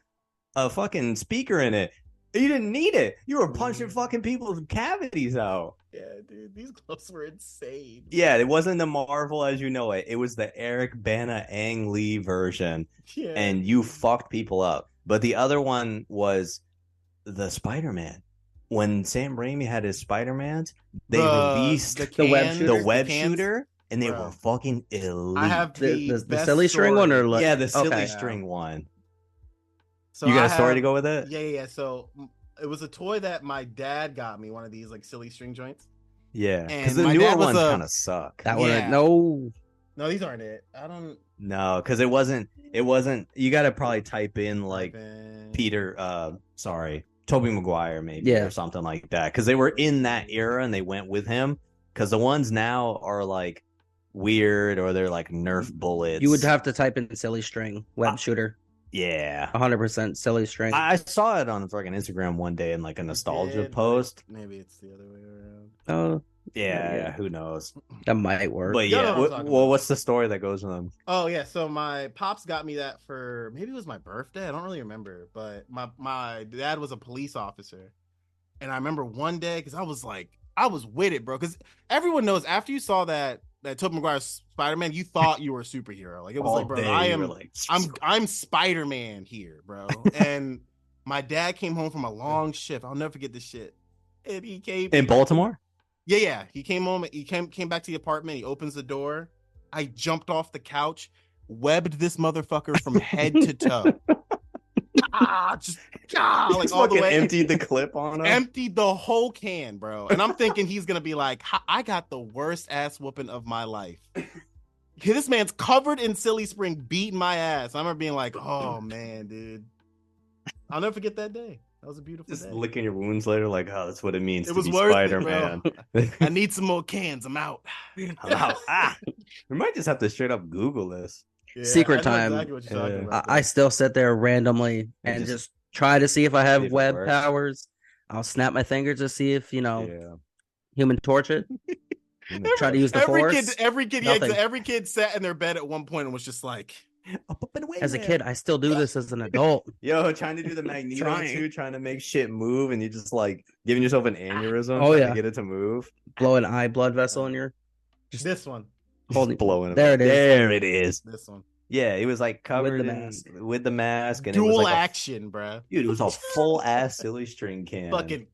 S2: a fucking speaker in it. You didn't need it. You were punching
S4: Mhm.
S2: fucking people's cavities out.
S4: yeah, dude, these clubs were insane.
S2: Yeah, it wasn't the Marvel as you know it. It was the Eric Bana Ang Lee version,
S4: Yeah.
S2: and you fucked people up. But the other one was the Spider Man. When Sam Raimi had his Spider Mans, they
S4: The-
S2: released the,
S5: the web
S4: cans,
S5: shooter.
S4: the
S2: web
S4: cans.
S2: shooter, and they
S4: Bro.
S2: were fucking elite.
S4: I have
S5: The,
S4: the,
S5: the, the
S4: best
S5: silly string one
S4: story.
S5: or like
S2: yeah, the silly
S5: okay.
S2: string one.
S4: So
S2: you got
S4: I
S2: a story
S4: have-
S2: to go with it?
S4: Yeah, yeah. yeah. So mm, it was a toy that my dad got me, one of these like silly string joints.
S2: Yeah, because
S4: And
S2: the
S4: my
S2: newer
S4: dad was
S2: ones
S4: a-
S2: kind of suck.
S5: That one,
S4: Yeah.
S5: no.
S4: No, these aren't it. I don't
S2: No, because it wasn't. It wasn't. You got to probably type in like
S4: Man.
S2: Peter, uh, sorry, Toby Maguire, maybe
S5: Yeah.
S2: or something like that, because they were in that era and they went with him. Because the ones now are like weird or they're like Nerf bullets.
S5: You would have to type in silly string web shooter.
S2: yeah.
S5: 100% silly string.
S2: I I saw it on fucking Instagram one day in like a nostalgia
S4: Did, but
S2: post.
S4: Maybe it's the other way around.
S5: oh,
S2: Yeah,
S5: Yeah.
S2: who knows?
S5: that might work.
S2: But
S4: You know
S2: yeah,
S4: what I'm
S2: wh-
S4: talking
S2: well,
S4: about.
S2: what's the story that goes with them?
S4: Oh yeah, so my pops got me that for maybe it was my birthday. I don't really remember, but my my dad was a police officer, and I remember one day because I was like, I was with it, bro. Because everyone knows after you saw that that Tobey Maguire Spider Man, you thought you were a superhero. Like it was
S2: All
S4: like, bro,
S2: day,
S4: I
S2: you
S4: am,
S2: were like,
S4: I'm, I'm Spider Man here, bro. and my dad came home from a long shift. I'll never forget this shit. And he came
S2: in Baltimore.
S4: yeah, yeah. He came home. He came came back to the apartment. He opens the door. I jumped off the couch, webbed this motherfucker from head to toe. ah, just ah, like
S2: Just
S4: all the
S2: fucking
S4: way.
S2: emptied the clip on him.
S4: Emptied the whole can, bro. And I'm thinking he's gonna be like, "Ha- I got the worst ass whooping of my life. This man's covered in silly spring, beating my ass. I remember being like, oh man, dude. I'll never forget that day. That was a beautiful
S2: Just
S4: day.
S2: licking your wounds later, like, oh, that's what it means
S4: It
S2: to
S4: was
S2: be
S4: worth it,
S2: Spider Man.
S4: bro. I need some more cans. I'm out.
S2: I'm out. Ah, we might just have to straight up Google this.
S4: Yeah,
S5: Secret
S4: I know
S5: time.
S4: exactly what you're talking
S2: Yeah.
S4: about,
S5: I, I still sit there randomly
S2: And
S5: and
S2: just-
S5: just, try to see if I
S2: see
S5: have
S2: if it
S5: web
S2: works.
S5: powers. I'll snap my fingers to see if, you know,
S2: Yeah.
S5: human torch it. Try to use the
S4: every
S5: force.
S4: kid, every kid, yeah,
S5: Nothing.
S4: exa- every kid sat in their bed at one point and was just like,
S2: Up, up and away,
S5: as a
S2: man.
S5: kid, I still do this as an adult.
S2: yo, trying to do the magneto
S5: Trying.
S2: too, trying to make shit move, and you just like giving yourself an aneurysm.
S5: Oh,
S2: trying
S5: yeah.
S2: to get it to move.
S5: Blow an eye blood vessel in your
S4: "This one,
S2: Just
S5: Hold it.
S2: blowing.
S5: There it is.
S2: There it is.
S4: this one,
S2: Yeah, he was like covered in- with the mask,
S5: mask.
S2: and it
S4: dual
S2: was like a-
S4: action, bruh.
S2: dude, it was a full ass silly string can.
S4: Fucking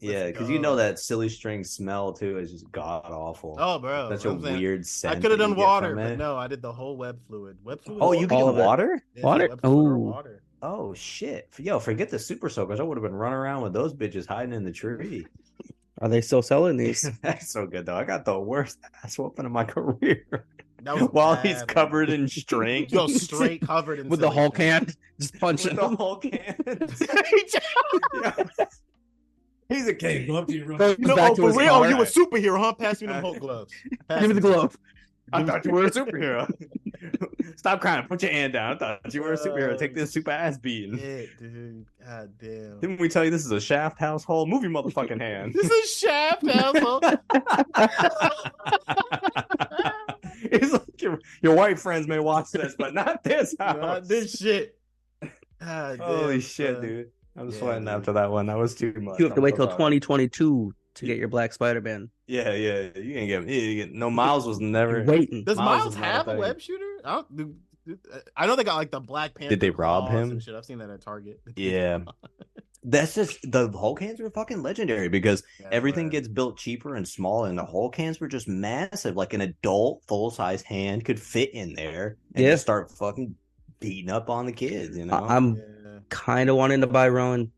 S2: Yeah, because you know that silly string smell too is just god awful.
S4: Oh, bro,
S2: Such a
S4: I'm saying-
S2: weird
S4: I
S2: scent.
S4: could have
S2: that you
S4: done
S2: get
S4: water,
S2: from
S4: but
S2: it.
S4: no, I did the whole web fluid. Web fluid.
S2: Oh, you
S5: All
S2: can
S5: of
S2: do
S5: it.
S2: water?
S4: Yeah,
S5: water?
S4: web fluid or
S5: Ooh.
S4: water.
S2: Oh shit! Yo, forget the super soakers. I would have been running around with those bitches hiding in the tree.
S5: Are they still selling these?
S2: That's so good though. I got the worst ass whooping of my career
S4: That was
S2: while
S4: bad,
S2: he's
S4: Oh, man.
S2: covered in string.
S4: Yo, straight covered in
S5: With the
S4: silly
S5: whole
S4: string.
S5: can, just punching
S2: with the
S5: them.
S2: whole can. Yeah. He's a king.
S5: Goes
S4: You know,
S5: back
S4: oh,
S5: to
S4: for
S5: his
S4: real,
S5: car.
S4: you a superhero, huh? Pass me the Hulk gloves. Pass
S5: Give me the
S4: them.
S5: glove.
S2: I thought you were a superhero. Stop crying. Put your hand down. I thought you were a superhero. Take this super ass beating.
S4: Yeah, dude. God damn.
S2: Didn't we tell you this is a shaft household? Move your motherfucking hand.
S4: This is Shaft, asshole.
S2: it's like your, your white friends may watch this, but not this house.
S4: Not this shit. God
S2: Holy
S4: damn,
S2: shit,
S4: son.
S2: dude. I'm
S4: Yeah,
S2: sweating
S4: dude.
S2: after that one. That was too much.
S5: You have to
S2: I'm
S5: wait
S2: so
S5: till
S2: sorry.
S5: 2022 to get your Black Spider Man.
S2: Yeah, yeah. You ain't get, you ain't get no Miles was never.
S5: You're waiting.
S4: Does
S2: Miles
S4: Miles,
S2: is not a
S4: have a
S2: thing.
S4: web shooter? I don't. dude, dude, I know they got like the Black Panther.
S2: they rob
S4: claws
S2: him?
S4: and Shit, I've seen that at Target.
S2: Yeah. That's just the Hulk hands were fucking legendary because
S4: Yeah,
S2: everything
S4: but-
S2: gets built cheaper and smaller, and the Hulk hands were just massive. Like an adult full size hand could fit in there and
S5: Yeah.
S2: just start fucking beating up on the kids. You know,
S5: I- I'm
S4: Yeah.
S5: kind of wanting to buy Rowan.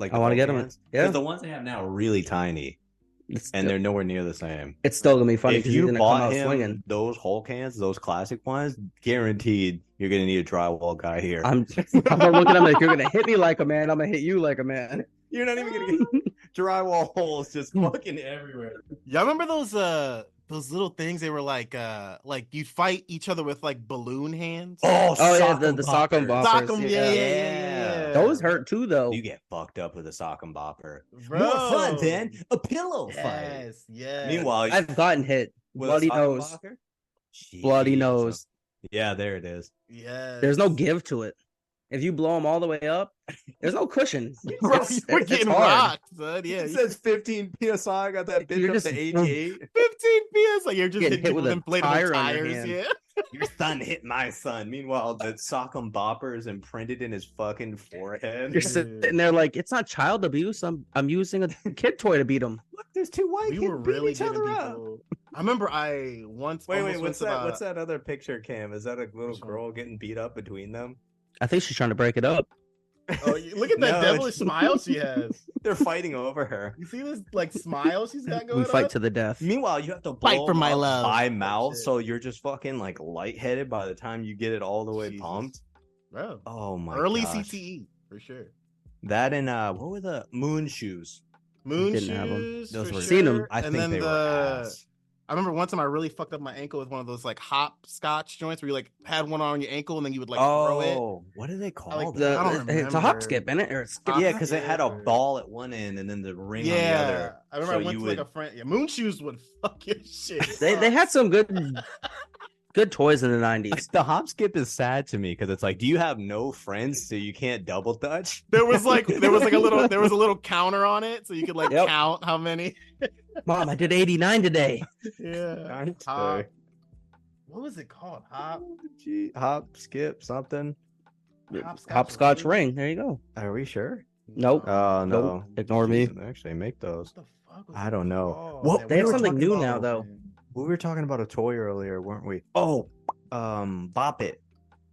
S2: like
S5: I want to get him.
S2: Yeah,
S5: Yeah,
S2: the ones they have now are really tiny,
S5: it's,
S2: and they're nowhere near the same.
S5: it's still gonna be funny
S2: if
S5: because he's
S2: you
S5: gonna come
S2: bought
S5: out
S2: him
S5: swinging.
S2: those Hulk hands, those classic ones, guaranteed you're gonna need a drywall guy here.
S5: I'm, I'm gonna look at him like you're gonna hit me like a man. I'm gonna hit you like a man.
S2: You're not even gonna get drywall holes just
S5: Hmm.
S2: fucking everywhere.
S4: Y'all remember those uh those little things? They were like uh like you'd fight each other with like balloon hands.
S2: Oh,
S5: Oh yeah,
S2: sock
S5: the,
S2: 'em
S5: the sock 'em
S2: boppers.
S5: boppers.
S4: Sock 'em, yeah, yeah, yeah, yeah, yeah.
S5: Those hurt too though.
S2: You get fucked up with a sock and bopper.
S4: Bro.
S2: More fun than a pillow fight.
S4: Yes, yes.
S2: Meanwhile,
S5: I've gotten hit.
S2: with a
S5: bloody
S2: sock and
S5: nose.
S2: bopper?
S5: Bloody
S2: Jesus.
S5: nose.
S2: Yeah, there it is.
S4: yes.
S5: There's no give to it. If you blow them all the way up, there's no cushion.
S4: Bro,
S5: It's-
S4: you
S5: it's-
S4: were
S5: it's
S4: getting
S5: hard.
S4: rocked, son. Yeah,
S2: it
S4: you-
S2: says 15 psi. I got that bitch
S5: You're
S2: up
S5: just-
S2: to 88.
S4: 15 PS. Like you're just
S5: Getting
S4: hitting
S5: hit
S4: people
S5: with
S4: with
S5: a
S4: inflatable
S5: tire on your
S4: tires.
S5: hand.
S4: Yeah.
S2: Your son hit my son. Meanwhile, the sock and bopper is imprinted in his fucking forehead.
S5: You're sitting there like it's not child abuse. I'm I'm using a kid toy to beat him.
S2: Look, there's two white
S4: we
S2: kids
S4: were
S2: beating
S4: really
S2: each
S4: giving
S2: other up.
S4: people. I remember I once.
S2: Wait,
S4: almost
S2: wait, what's
S4: went to
S2: that?
S4: my-
S2: What's that other picture, Cam? Is that a little
S4: Which one?
S2: girl getting beat up between them?
S5: I think she's trying to break it up.
S4: Oh, you- look at that
S2: No,
S4: devilish
S2: it's-
S4: smile she has.
S2: They're fighting over her.
S4: You see this like smile she's got going
S5: We
S4: on?
S5: fight to the death.
S2: Meanwhile, you have to
S4: Fight
S2: blow
S4: for
S2: them
S4: my
S2: up
S4: love.
S2: by
S4: Oh,
S2: mouth,
S4: shit.
S2: so you're just fucking like lightheaded by the time you get it all the way
S4: Jesus.
S2: pumped.
S4: Bro.
S2: Oh my
S4: Early
S2: gosh.
S4: CTE for sure.
S2: That and uh, what were the moon shoes?
S4: Moon
S5: didn't have 'em.
S4: shoes.
S2: Those
S4: for
S2: were
S5: Seen 'em.
S4: sure.
S2: I
S4: and
S2: think
S4: then
S2: they
S4: the,
S2: were ass.
S4: I remember one time I really fucked up my ankle with one of those like hopscotch joints where you like had one on your ankle and then you would like throw it.
S2: oh, what do they call
S4: like
S2: that?
S5: The-
S4: I don't
S5: it's a hop
S4: remember.
S5: skip, isn't it? Or a skip.
S4: Uh,
S2: yeah, because it had a
S4: yeah.
S2: ball at one end and then the ring
S4: yeah,
S2: on the other.
S4: I remember
S2: So
S4: I went
S2: you
S4: to
S2: would-
S4: like a friend. Yeah, moon shoes would fuck your shit.
S5: They they had some good good toys in the nineties.
S2: The hop skip is sad to me because it's like, do you have no friends so you can't double touch?
S4: There was like there was like a little there was a little counter on it, so you could like
S5: Yep.
S4: count how many.
S5: Mom, I did eighty nine today.
S4: Yeah.
S2: Darn
S4: Hop.
S2: thing.
S4: What was it called? Hop.
S2: Gee, hop, skip, something.
S4: Hopscotch
S5: Hopscotch
S4: ring?
S5: ring. There you go.
S2: Are we sure?
S5: Nope. Uh,
S2: Oh no,
S5: Nope. Ignore me.
S2: They actually make those.
S4: What the fuck was
S2: I
S4: it
S2: don't know.
S4: called
S2: What-
S4: that
S2: they
S4: we
S2: have
S4: were
S5: something
S4: talking
S5: new now,
S4: about?
S5: though.
S2: We were talking about a toy earlier, weren't we? Oh, um, Bop It.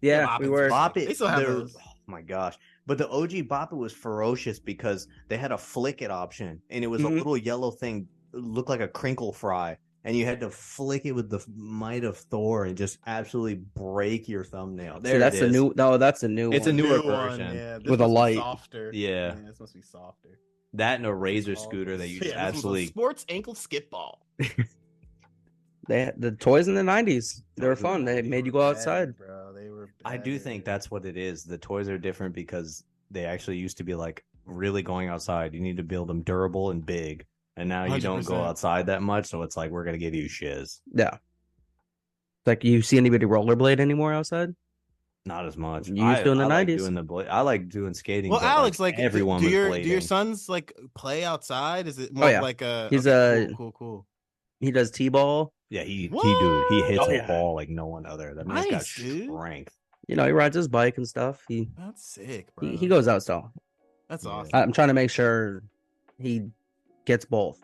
S5: Yeah,
S4: Bob
S5: we
S4: and
S5: were.
S2: Bop It.
S4: They still have
S2: there-
S4: those.
S2: Oh my gosh. But the OG Bop It was ferocious because they had a flick it option and it was a
S4: Mm-hmm.
S5: Mhm.
S2: little yellow thing, looked like a crinkle fry. And you had to flick it with the might of Thor and just absolutely break your thumbnail.
S5: See,
S2: There it
S5: that's a
S2: is.
S5: new. No, that's a new.
S2: It's a
S5: one.
S2: newer
S4: New one,
S2: version.
S4: yeah. This
S5: With a
S4: must be
S5: light.
S4: Softer.
S2: Yeah.
S4: This must be softer.
S2: that and a razor
S4: Oh,
S2: scooter that you
S4: yeah,
S2: just
S4: this one's a
S2: absolutely
S4: sports ankle skip ball.
S5: They had- the toys in the nineties. They were
S2: Toys in the
S5: fun. They
S2: 90s
S5: made you
S4: were
S5: go
S4: bad,
S5: outside.
S4: bro. They were.
S2: I
S4: bad,
S2: do
S4: dude.
S2: think that's what it is. The toys are different because they actually used to be like really going outside. You need to build them durable and big. And now you don't go
S4: 100%.
S2: outside that much, so it's like we're gonna give you shiz.
S5: Yeah. Like you see anybody rollerblade anymore outside?
S2: Not as much.
S5: You used
S2: I-
S5: to in the
S2: I like
S5: 90s.
S2: doing the bla- I like doing skating.
S4: Well,
S2: but,
S4: Alex, like, d-
S2: everyone
S4: do
S2: was
S4: your do your
S2: blading.
S4: sons like play outside? Is it more
S5: Oh, yeah.
S4: like a
S5: He's
S4: okay, cool,
S5: a-
S4: cool, cool.
S5: He does t-ball.
S2: Yeah, he he dude he hits
S4: What?
S2: a
S4: Oh, yeah.
S2: ball like no one other. That man's
S4: Nice,
S2: got
S4: dude.
S2: strength.
S5: You know, he rides his bike and stuff. He
S4: That's sick, bro.
S5: he, he goes out still.
S4: That's
S5: Um,
S2: Yeah.
S4: awesome.
S5: I'm trying to make sure he gets both.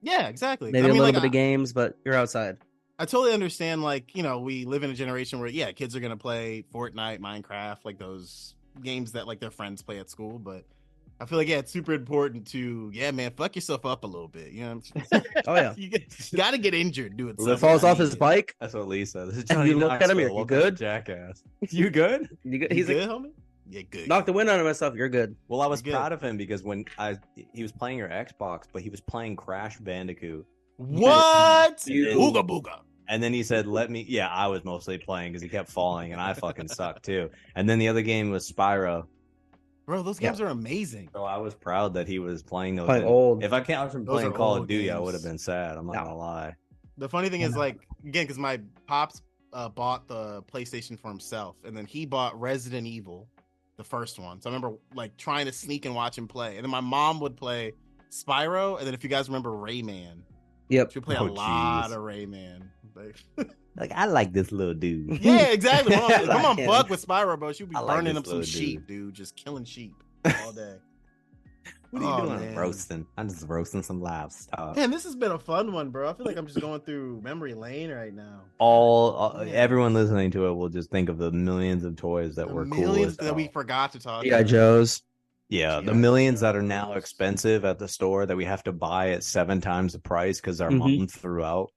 S4: Yeah, exactly. I
S5: Maybe a
S4: mean,
S5: little
S4: like,
S5: bit
S4: I-
S5: of games, but you're outside.
S4: I totally understand. Like, you know, we live in a generation where, yeah, kids are gonna play Fortnite, Minecraft, like those games that like their friends play at school. But I feel like yeah, it's super important to yeah, man, fuck yourself up a little bit. You know, what I'm saying?
S5: Oh, yeah.
S4: you, get, you gotta get injured. Do it.
S2: Well, that
S5: He falls
S4: somehow.
S5: off his bike.
S2: That's what Lee said. This is
S5: And
S2: Johnny
S5: you look at him, you're
S2: Knoxville.
S5: like,
S2: Welcome
S5: "Good?"
S2: to Jackass. You good?
S5: You good?
S4: You
S5: He's like,
S4: good, homie. Yeah, good.
S5: knock the wind out of myself. You're good.
S2: Well, I was
S4: good.
S2: proud of him because when I he was playing your Xbox, but he was playing Crash Bandicoot,
S4: what?
S2: You-
S4: Booga booga.
S2: and then he said, "Let me." Yeah, I was mostly playing because he kept falling, and I fucking sucked too. And then the other game was Spyro,
S4: Bro, those
S5: Yeah.
S4: games are amazing.
S2: so I was proud that he was playing those.
S5: Playing
S2: And
S5: old.
S2: If I can't have him
S4: Those
S2: playing
S4: are
S2: Call
S4: old
S2: of Duty, I
S4: games.
S2: would have been sad. I'm not
S5: No.
S2: gonna lie.
S4: The funny thing is,
S5: Yeah.
S4: like, again, because my pops uh, bought the PlayStation for himself, and then he bought Resident Evil, the first one. So I remember like trying to sneak and watch him play, and then my mom would play Spyro, and then if you guys remember Rayman,
S5: Yep.
S4: she would play
S2: Oh,
S4: a lot
S2: jeez.
S4: of Rayman. Like,
S2: Like I like this little dude.
S4: yeah, exactly. Mom, if
S5: I
S4: I'm on
S5: like
S4: buck
S5: him.
S4: with Spyro, bro. She'd be
S2: I like
S4: burning
S2: this
S4: up some
S2: little
S4: sheep, dude, just killing sheep all day.
S2: What are you
S4: Oh,
S2: doing?
S4: man.
S2: Roasting. I'm just roasting some livestock.
S4: Man, this has been a fun one, bro. I feel like I'm just going through memory lane right now.
S2: All uh,
S4: Yeah.
S2: everyone listening to it will just think of the millions of toys that
S4: The
S2: were cool.
S4: millions
S2: as
S4: that we
S2: hell.
S4: forgot to talk.
S5: G.I.
S4: about.
S5: Joe's.
S2: Yeah,
S4: Yeah.
S2: the millions that are now expensive at the store that we have to buy at seven times the price because our
S5: Mhm.
S2: mom threw out.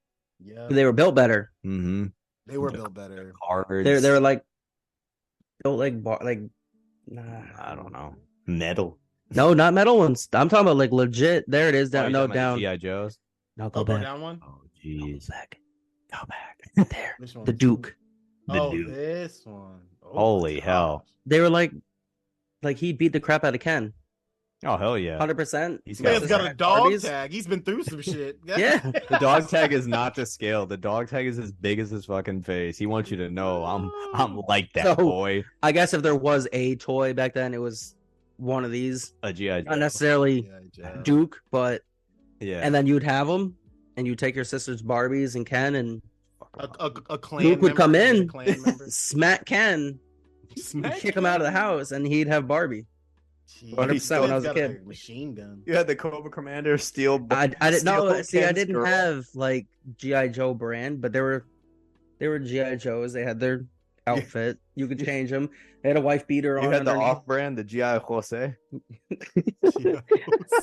S4: Yeah,
S5: They were built better.
S2: Mm-hmm.
S4: they were
S2: the-
S4: built better.
S2: Cards.
S5: They they were like built like bar like. Nah.
S2: I don't know. Metal.
S5: No, not metal ones. I'm talking about like legit. There it is.
S2: Oh,
S5: Down.
S2: you
S5: no,
S2: talking about
S5: down.
S2: the GI Joes.
S5: No, go
S4: Oh, go
S5: back.
S4: down one.
S2: Oh
S5: Go
S2: jeez.
S5: back. Go back. There.
S4: Which one?
S5: The Duke.
S2: The
S4: oh,
S2: Duke.
S4: this one. Oh, my
S2: Holy
S4: gosh.
S2: hell.
S5: They were like, like he beat the crap out of Ken.
S2: Oh hell yeah.
S5: Hundred percent.
S2: He's
S4: This man's
S2: Yeah.
S4: got a dog tag. He's been through some shit.
S5: Yeah.
S2: The dog tag is not to scale. The dog tag is as big as his fucking face. He wants you to know I'm I'm like that
S5: No.
S2: boy.
S5: I guess if there was a toy back then, it was one of these.
S2: A GI Joe.
S5: Not necessarily
S4: G.I. Joe.
S5: Duke, but
S2: Yeah.
S5: and then you'd have them, and you take your sister's Barbies and Ken, and
S4: A, a, a clan
S5: Duke would
S4: member
S5: come
S4: is a
S5: in,
S4: Clan member.
S5: smack Ken,
S4: Smack
S5: kick him out of the
S4: him.
S5: house, and he'd have Barbie.
S4: Jeez,
S5: 100% when I
S4: he's
S5: was a
S4: got
S5: kid.
S4: machine gun.
S2: you had the Cobra Commander steel.
S5: I, I didn't know.
S2: Steel
S5: See, I
S2: Ken's
S5: didn't
S2: girl.
S5: have like GI Joe brand, but there were there were GI Joes. They had their outfit. You could change them. They had a wife beater on. underneath.
S2: brand, the GI Jose.
S4: Yeah.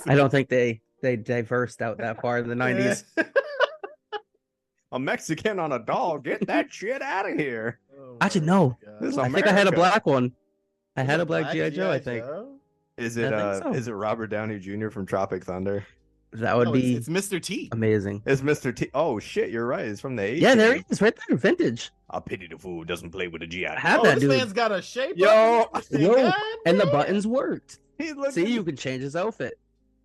S5: I don't think they they diversed out that far in the nineties.
S2: a Mexican on a doll. Get that shit out of here.
S4: Oh
S5: I should
S4: my
S5: know.
S4: God.
S2: This is
S5: I think I had a
S2: America.
S5: black one. I
S4: Is
S5: had
S4: it
S5: a black GI Joe. I think
S4: Joe?
S2: Is
S5: I
S2: it
S5: think
S2: uh
S5: so.
S2: is it Robert Downey Jr. from Tropic Thunder?
S5: that would
S4: No,
S5: be
S4: Oh, it's, it's Mr. T. Oh,
S5: amazing.
S2: It's Mr. T oh shit, you're right. It's from the 80s.
S5: Yeah, there he is, right there, vintage.
S2: I pity the fool who doesn't play with a GI.
S5: I
S4: Oh,
S5: have that
S4: this
S5: dude,
S4: man's got a shape.
S2: Yo.
S4: up his
S5: Yo.
S4: God
S5: and the
S4: damn.
S5: buttons worked.
S2: He looked
S5: See, you can change his outfit.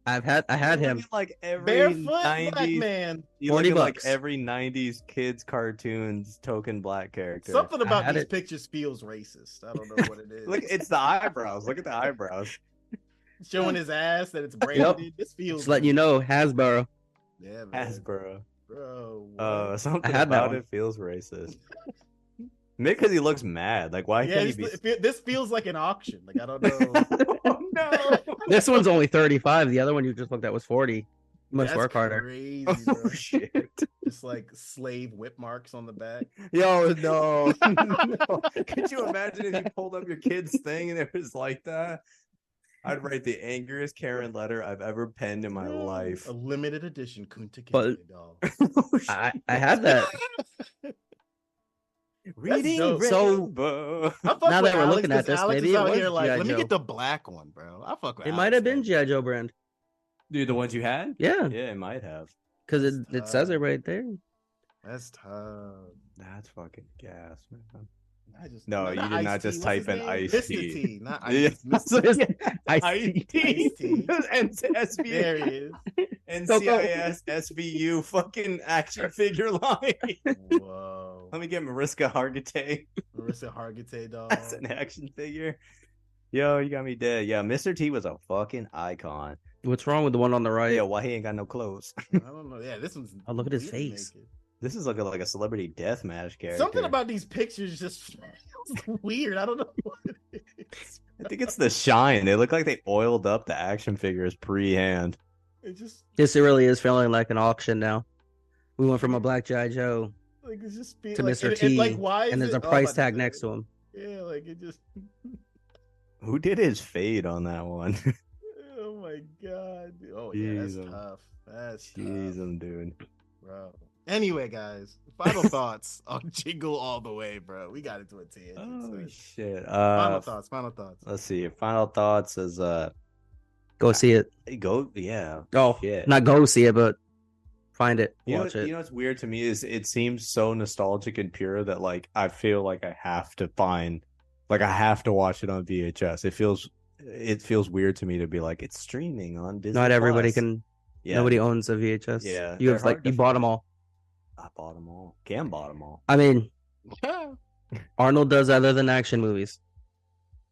S5: I've had I had him.
S2: like every
S4: barefoot black
S2: 90s
S4: man.
S2: you
S5: 40
S2: look at, like
S5: bucks.
S2: every 90s kids cartoons token black character.
S4: Something
S5: I
S4: about
S5: had
S4: these
S5: it.
S4: pictures feels racist. I don't know what it is.
S2: Look, it's the eyebrows. Look at the eyebrows.
S4: showing his ass that it's branded. This feels
S5: Just letting you know, Hasbro.
S4: Yeah, man.
S2: Hasbro.
S4: bro. what?
S2: Uh, something
S5: had that
S2: about
S5: one.
S2: it feels racist. Maybe because he looks mad. Like, why
S4: yeah,
S2: can't he
S4: this,
S2: be?
S4: it fe- this feels like an auction. Like I don't know.
S2: oh, no.
S5: This one's only thirty five. The other one you just looked at was forty. You must
S4: That's
S5: work harder.
S4: Crazy, bro.
S2: Oh shit!
S4: Just like slave whip marks on the back.
S2: Yo, no. no. Could you imagine if you pulled up your kid's thing and it was like that? I'd write the angriest Karen letter I've ever penned in
S4: Mm.
S2: my life.
S4: A limited edition Kunta
S5: But-
S4: Kinte doll.
S2: Oh, shit.
S5: I I had that.
S2: Reading
S4: dope.
S2: so
S4: I fuck
S5: Now
S4: with
S5: that we're
S4: Alex,
S5: looking at
S4: 'cause
S5: this,
S4: Alex
S5: maybe
S4: is
S5: it
S4: out
S5: was
S4: here like,
S5: G.I.
S4: let me
S5: Joe.
S4: get the black one, bro. I fuck with.
S5: It
S4: Alex,
S5: might have been
S4: man.
S5: GI Joe brand.
S2: dude, the ones you had?
S5: Yeah,
S2: Yeah, it might have.
S5: because it, it says it right there.
S4: That's tough.
S2: That's fucking gas, man.
S4: I just,
S2: No, you did
S4: Ice-T,
S2: not just
S4: what's
S2: type
S4: his
S2: in
S4: name?
S2: Ice-T.
S4: Mr. T, not
S2: Yeah.
S4: Ice. Mr.
S5: I
S4: Ice-T.
S2: and SB
S4: There he is.
S2: NCIS SVU fucking action figure line.
S4: Whoa.
S2: Let me get Mariska Hargitay
S4: Marissa Hargitay doll.
S2: as an action figure. Yo, you got me dead. Yeah, Mr. T was a fucking icon.
S5: What's wrong with the one on the right?
S2: Yeah, why he ain't got no clothes?
S4: I don't know. Yeah, this one's.
S5: Oh, look at his
S4: really
S5: face.
S4: naked.
S2: This is looking like a celebrity deathmatch character.
S4: Something about these pictures just feels weird. I don't know what it is.
S2: I think it's the shine. They look like they oiled up the action figures pre-hand.
S4: It just
S5: This it really is feeling like an auction now. We went from a black GI Joe,
S4: like it's just be,
S5: To
S4: like,
S5: Mr.
S4: and- and,
S5: T,
S4: like why is
S5: and there's
S4: it-
S5: a
S4: oh,
S5: price
S4: but-
S5: tag next to him.
S4: Yeah, like it just.
S2: Who did his fade on that one?
S4: Oh my god! dude. Oh yeah,
S2: Jesus.
S4: that's tough. That's
S2: Jeez,
S4: tough,
S2: I'm doing.
S4: bro. Anyway, guys, final thoughts on Jingle All the Way, bro. We got into a tangent.
S2: Oh
S4: so-
S2: shit.
S4: Final
S2: Uh,
S4: thoughts. Final thoughts.
S2: let's see. Your final thoughts is uh,
S5: Go see it.
S2: go. Yeah,
S5: Oh,
S2: shit.
S5: not go see it, but find it,
S2: You know,
S5: watch
S2: what-
S5: it.
S2: you know what's weird to me is it seems so nostalgic and pure that like I feel like I have to find like I have to watch it on VHS. It feels it feels weird to me to be like it's streaming on Disney.
S5: not everybody
S2: Plus."
S5: can.
S2: Yeah,
S5: Nobody owns a VHS.
S2: Yeah,
S5: you
S2: they're
S5: have like
S2: hard to
S5: you bought them
S2: find.
S5: all.
S2: I bought them all. Cam bought them all.
S5: I mean,
S4: Yeah.
S5: Arnold does other than action movies.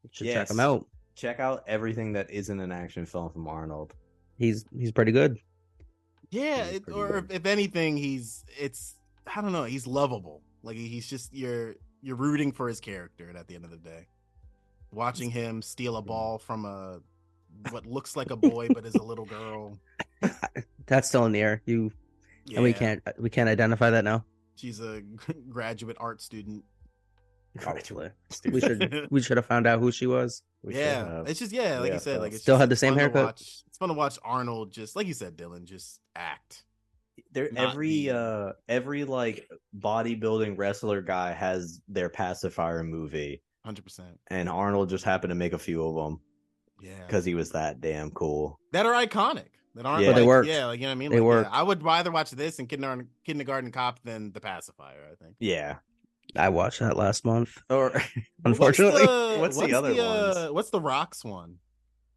S5: You should check
S2: Yes.
S5: him out.
S2: Check out everything that isn't an action film from Arnold.
S5: He's he's pretty good.
S4: Yeah,
S2: He's
S4: it,
S2: pretty
S4: or
S2: good.
S4: if anything, he's it's I don't know, he's lovable. Like he's just you're you're rooting for his character at the end of the day. Watching him steal a ball from a what looks like a boy but is a little girl.
S5: That's still in the air. You
S4: Yeah,
S5: and we can't we can't identify that now.
S4: She's a graduate art student.
S5: Probably. we should we should have found out who she was.
S2: We should
S4: yeah,
S2: have-
S4: it's just yeah, like
S2: yeah,
S4: you said, like
S2: so-
S4: it's
S5: Still
S4: just
S5: had the same
S4: fun to
S5: haircut.
S4: watch- it's fun to watch Arnold just like you said, Dylan, just act.
S2: there
S4: not
S2: every
S4: the-
S2: uh every like bodybuilding wrestler guy has their pacifier movie,
S4: Hundred percent.
S2: and Arnold just happened to make a few of them
S4: Yeah.
S2: because he was that damn cool.
S4: that are iconic that aren't
S2: Yeah. But
S5: they
S4: like,
S5: worked.
S4: yeah like you know what i mean
S5: They
S4: like,
S5: worked.
S4: yeah, i would rather watch this and kindergarten, kindergarten cop than the pacifier i think
S2: Yeah.
S5: I watched that last month.
S2: Or
S5: Unfortunately,
S4: the-
S2: What's the other
S4: uh,
S2: ones?
S4: what's the rocks one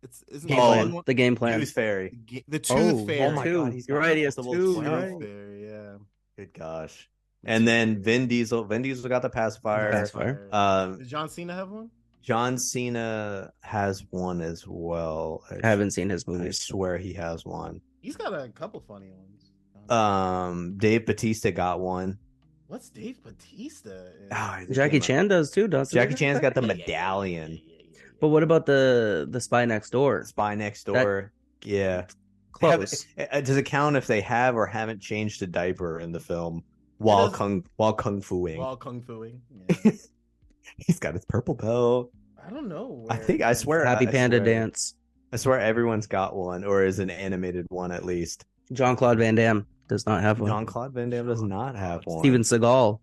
S4: it's isn't
S5: game
S2: Oh,
S4: that
S5: plan.
S4: one-
S5: the game plan.
S2: Tooth Fairy.
S4: the ga- the tooth
S5: Oh,
S4: fairy
S5: oh my god,
S2: he's
S5: you're
S2: got
S5: right. He has
S2: multiple
S5: two.
S4: Tooth
S5: You're right.
S4: fairy, yeah
S2: Good gosh. And then Vin Diesel. Vin Diesel got the pacifier.
S5: That's-
S2: Um,
S4: Uh, Does john cena have one
S2: John Cena has one as well.
S5: I haven't seen his
S2: I
S5: movies.
S2: swear he has one.
S4: he's got a couple funny ones
S2: Um, Dave Batista got one.
S4: what's dave batista in?
S2: Ah, I think
S5: Jackie
S2: it-
S5: Chan does too, doesn't he?
S2: Jackie Chan's got the
S4: Yeah, yeah, yeah,
S2: medallion.
S4: yeah, yeah, yeah, yeah.
S5: But what about the the spy next door?
S2: Spy Next Door. yeah.
S5: Close.
S2: Have- uh, does it count if they have or haven't changed a diaper in the film while
S4: doesn't-
S2: kung while kung fuing?
S4: while kung fuing yeah.
S2: He's got his purple belt.
S4: i don't know
S2: I
S4: where
S2: think I
S4: Johnson-
S2: swear
S5: Happy
S2: I
S5: Panda
S2: swear-
S5: Dance.
S2: I swear everyone's got one or is an animated one at least.
S5: John Claude Van Damme does not have one.
S2: Jean Claude Van Damme does not have one.
S5: Steven Seagal.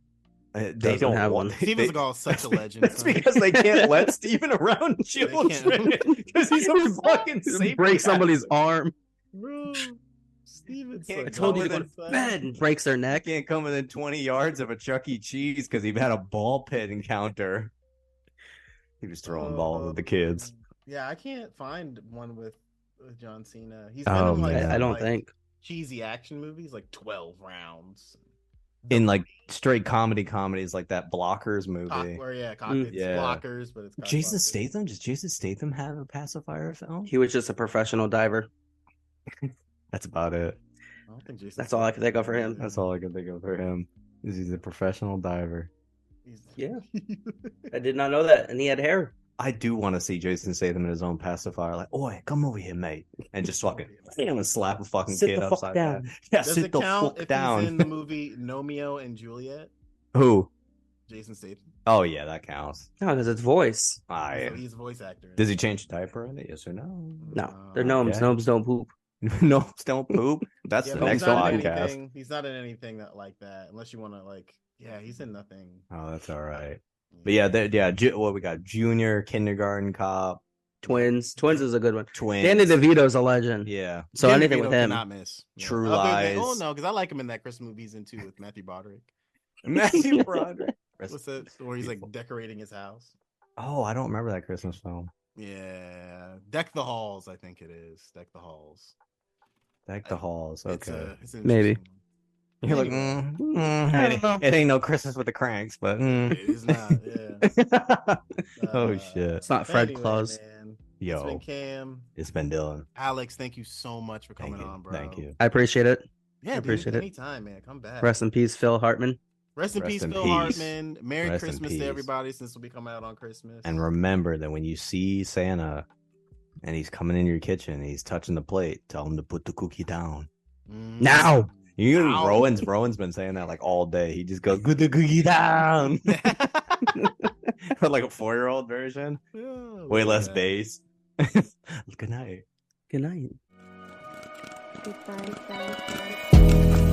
S2: Uh, they
S5: doesn't
S2: don't
S5: have
S2: want
S5: one.
S2: they-
S4: Steven
S2: they-
S4: Seagal's such a
S2: that's be-
S4: legend,
S2: That's
S4: son.
S2: because they can't let Steven around children because he's a fucking saber
S5: break somebody's
S2: rattler.
S5: arm.
S4: Bro, Steven
S2: Can't
S5: I
S4: Seagal
S5: told you to
S4: is
S5: go to
S4: such-
S5: bed and breaks their
S2: I
S5: neck.
S2: can't come within 20 yards of a Chuck E. Cheese because he had a ball pit encounter. He was throwing balls at the kids.
S4: Yeah, I can't find one with, with John Cena. He's
S2: Oh,
S4: in, like,
S2: man.
S4: some,
S5: I, I don't
S4: like,
S5: think.
S4: cheesy action movies like twelve rounds. Oh.
S2: In like straight comedy comedies like that Blockers
S4: Cock,
S2: movie.
S4: or yeah, cock,
S5: Mm.
S4: it's
S2: Yeah.
S4: blockers, but it's cock
S2: Jason
S4: blockers.
S2: Statham? Does Jason Statham have a pacifier film?
S5: He was just a professional diver.
S2: That's about it.
S4: I don't think Jason
S5: That's all I can think of for him.
S4: Statham-
S2: That's all I can think of for him. Is he's a professional diver.
S4: He's-
S5: Yeah. I did not know that. And he had hair.
S2: I do want to see Jason Statham in his own pacifier, like, "Oi, come over here, mate," and just fucking bam, and slap a fucking
S5: Sit
S2: kid
S5: the
S2: upside
S5: fuck
S2: down.
S5: down.
S2: Yeah,
S4: Does
S2: sit
S4: it
S2: the
S4: count
S2: fuck
S4: if
S2: down.
S4: he's in the movie Romeo and Juliet?
S2: Who?
S4: Jason Statham.
S2: Oh yeah, that counts.
S5: No, because it's voice.
S2: I
S4: So he's a voice actor.
S2: Does he change the diaper in it? Yes or no?
S5: No, they're
S4: Uh,
S5: gnomes.
S2: Oh, okay.
S5: Gnomes don't poop.
S2: no, don't poop. That's
S4: Yeah,
S2: the
S4: but
S2: next
S4: he's not in
S2: podcast.
S4: anything- He's not in anything that like that, unless you want to like. Yeah, he's in nothing.
S2: Oh, that's all right. But yeah, there, yeah. Ju- what we got? Junior, kindergarten cop,
S5: Twins. Twins is a good one.
S2: twins.
S5: Danny DeVito's a legend.
S2: Yeah,
S5: So
S4: Danny
S5: anything
S4: DeVito
S5: with him.
S4: cannot miss.
S2: True
S4: Other than- oh
S2: Lies.
S4: no, because I like him in that Christmas movie he's in too with Matthew Broderick.
S2: Matthew Broderick.
S4: What's that? Where he's like decorating his house.
S2: Oh, I don't remember that Christmas film.
S4: Yeah, deck the halls. I think it is deck the halls.
S2: Deck the halls. Okay.
S4: It's uh, a, it's an
S5: Maybe.
S4: interesting
S2: You're like,
S4: Anyway.
S2: mm, mm, it, ain't- it ain't no Christmas with the cranks, but
S4: one.
S2: mm.
S4: It is not. Yeah.
S2: oh
S4: Uh,
S2: shit,
S5: It's not Fred
S4: anyway,
S5: Claus.
S4: man,
S2: yo,
S4: It's been Cam.
S2: Dylan.
S4: Alex, thank you so much for coming
S2: Thank you,
S4: on, bro.
S2: thank you.
S5: I appreciate it.
S4: Yeah, dude,
S5: appreciate it.
S4: anytime, man. Come back.
S5: Rest in peace, Phil Hartman.
S4: Rest in
S2: Rest
S4: peace,
S2: in
S4: Phil
S2: peace.
S4: Hartman. Merry
S2: Rest in
S4: Christmas
S2: peace.
S4: to everybody since we'll be coming out on Christmas.
S2: And remember that when you see Santa, and he's coming in your kitchen. He's touching the plate. Tell him to put the cookie down
S4: Mm.
S2: now. You
S4: Now.
S2: Rowan's Rowan's been saying that like all day. He just goes put the cookie down, or like a four year old version,
S4: Yeah,
S2: way less
S4: yeah.
S2: bass. Good night.
S5: Good night.
S7: Goodbye, bye, bye.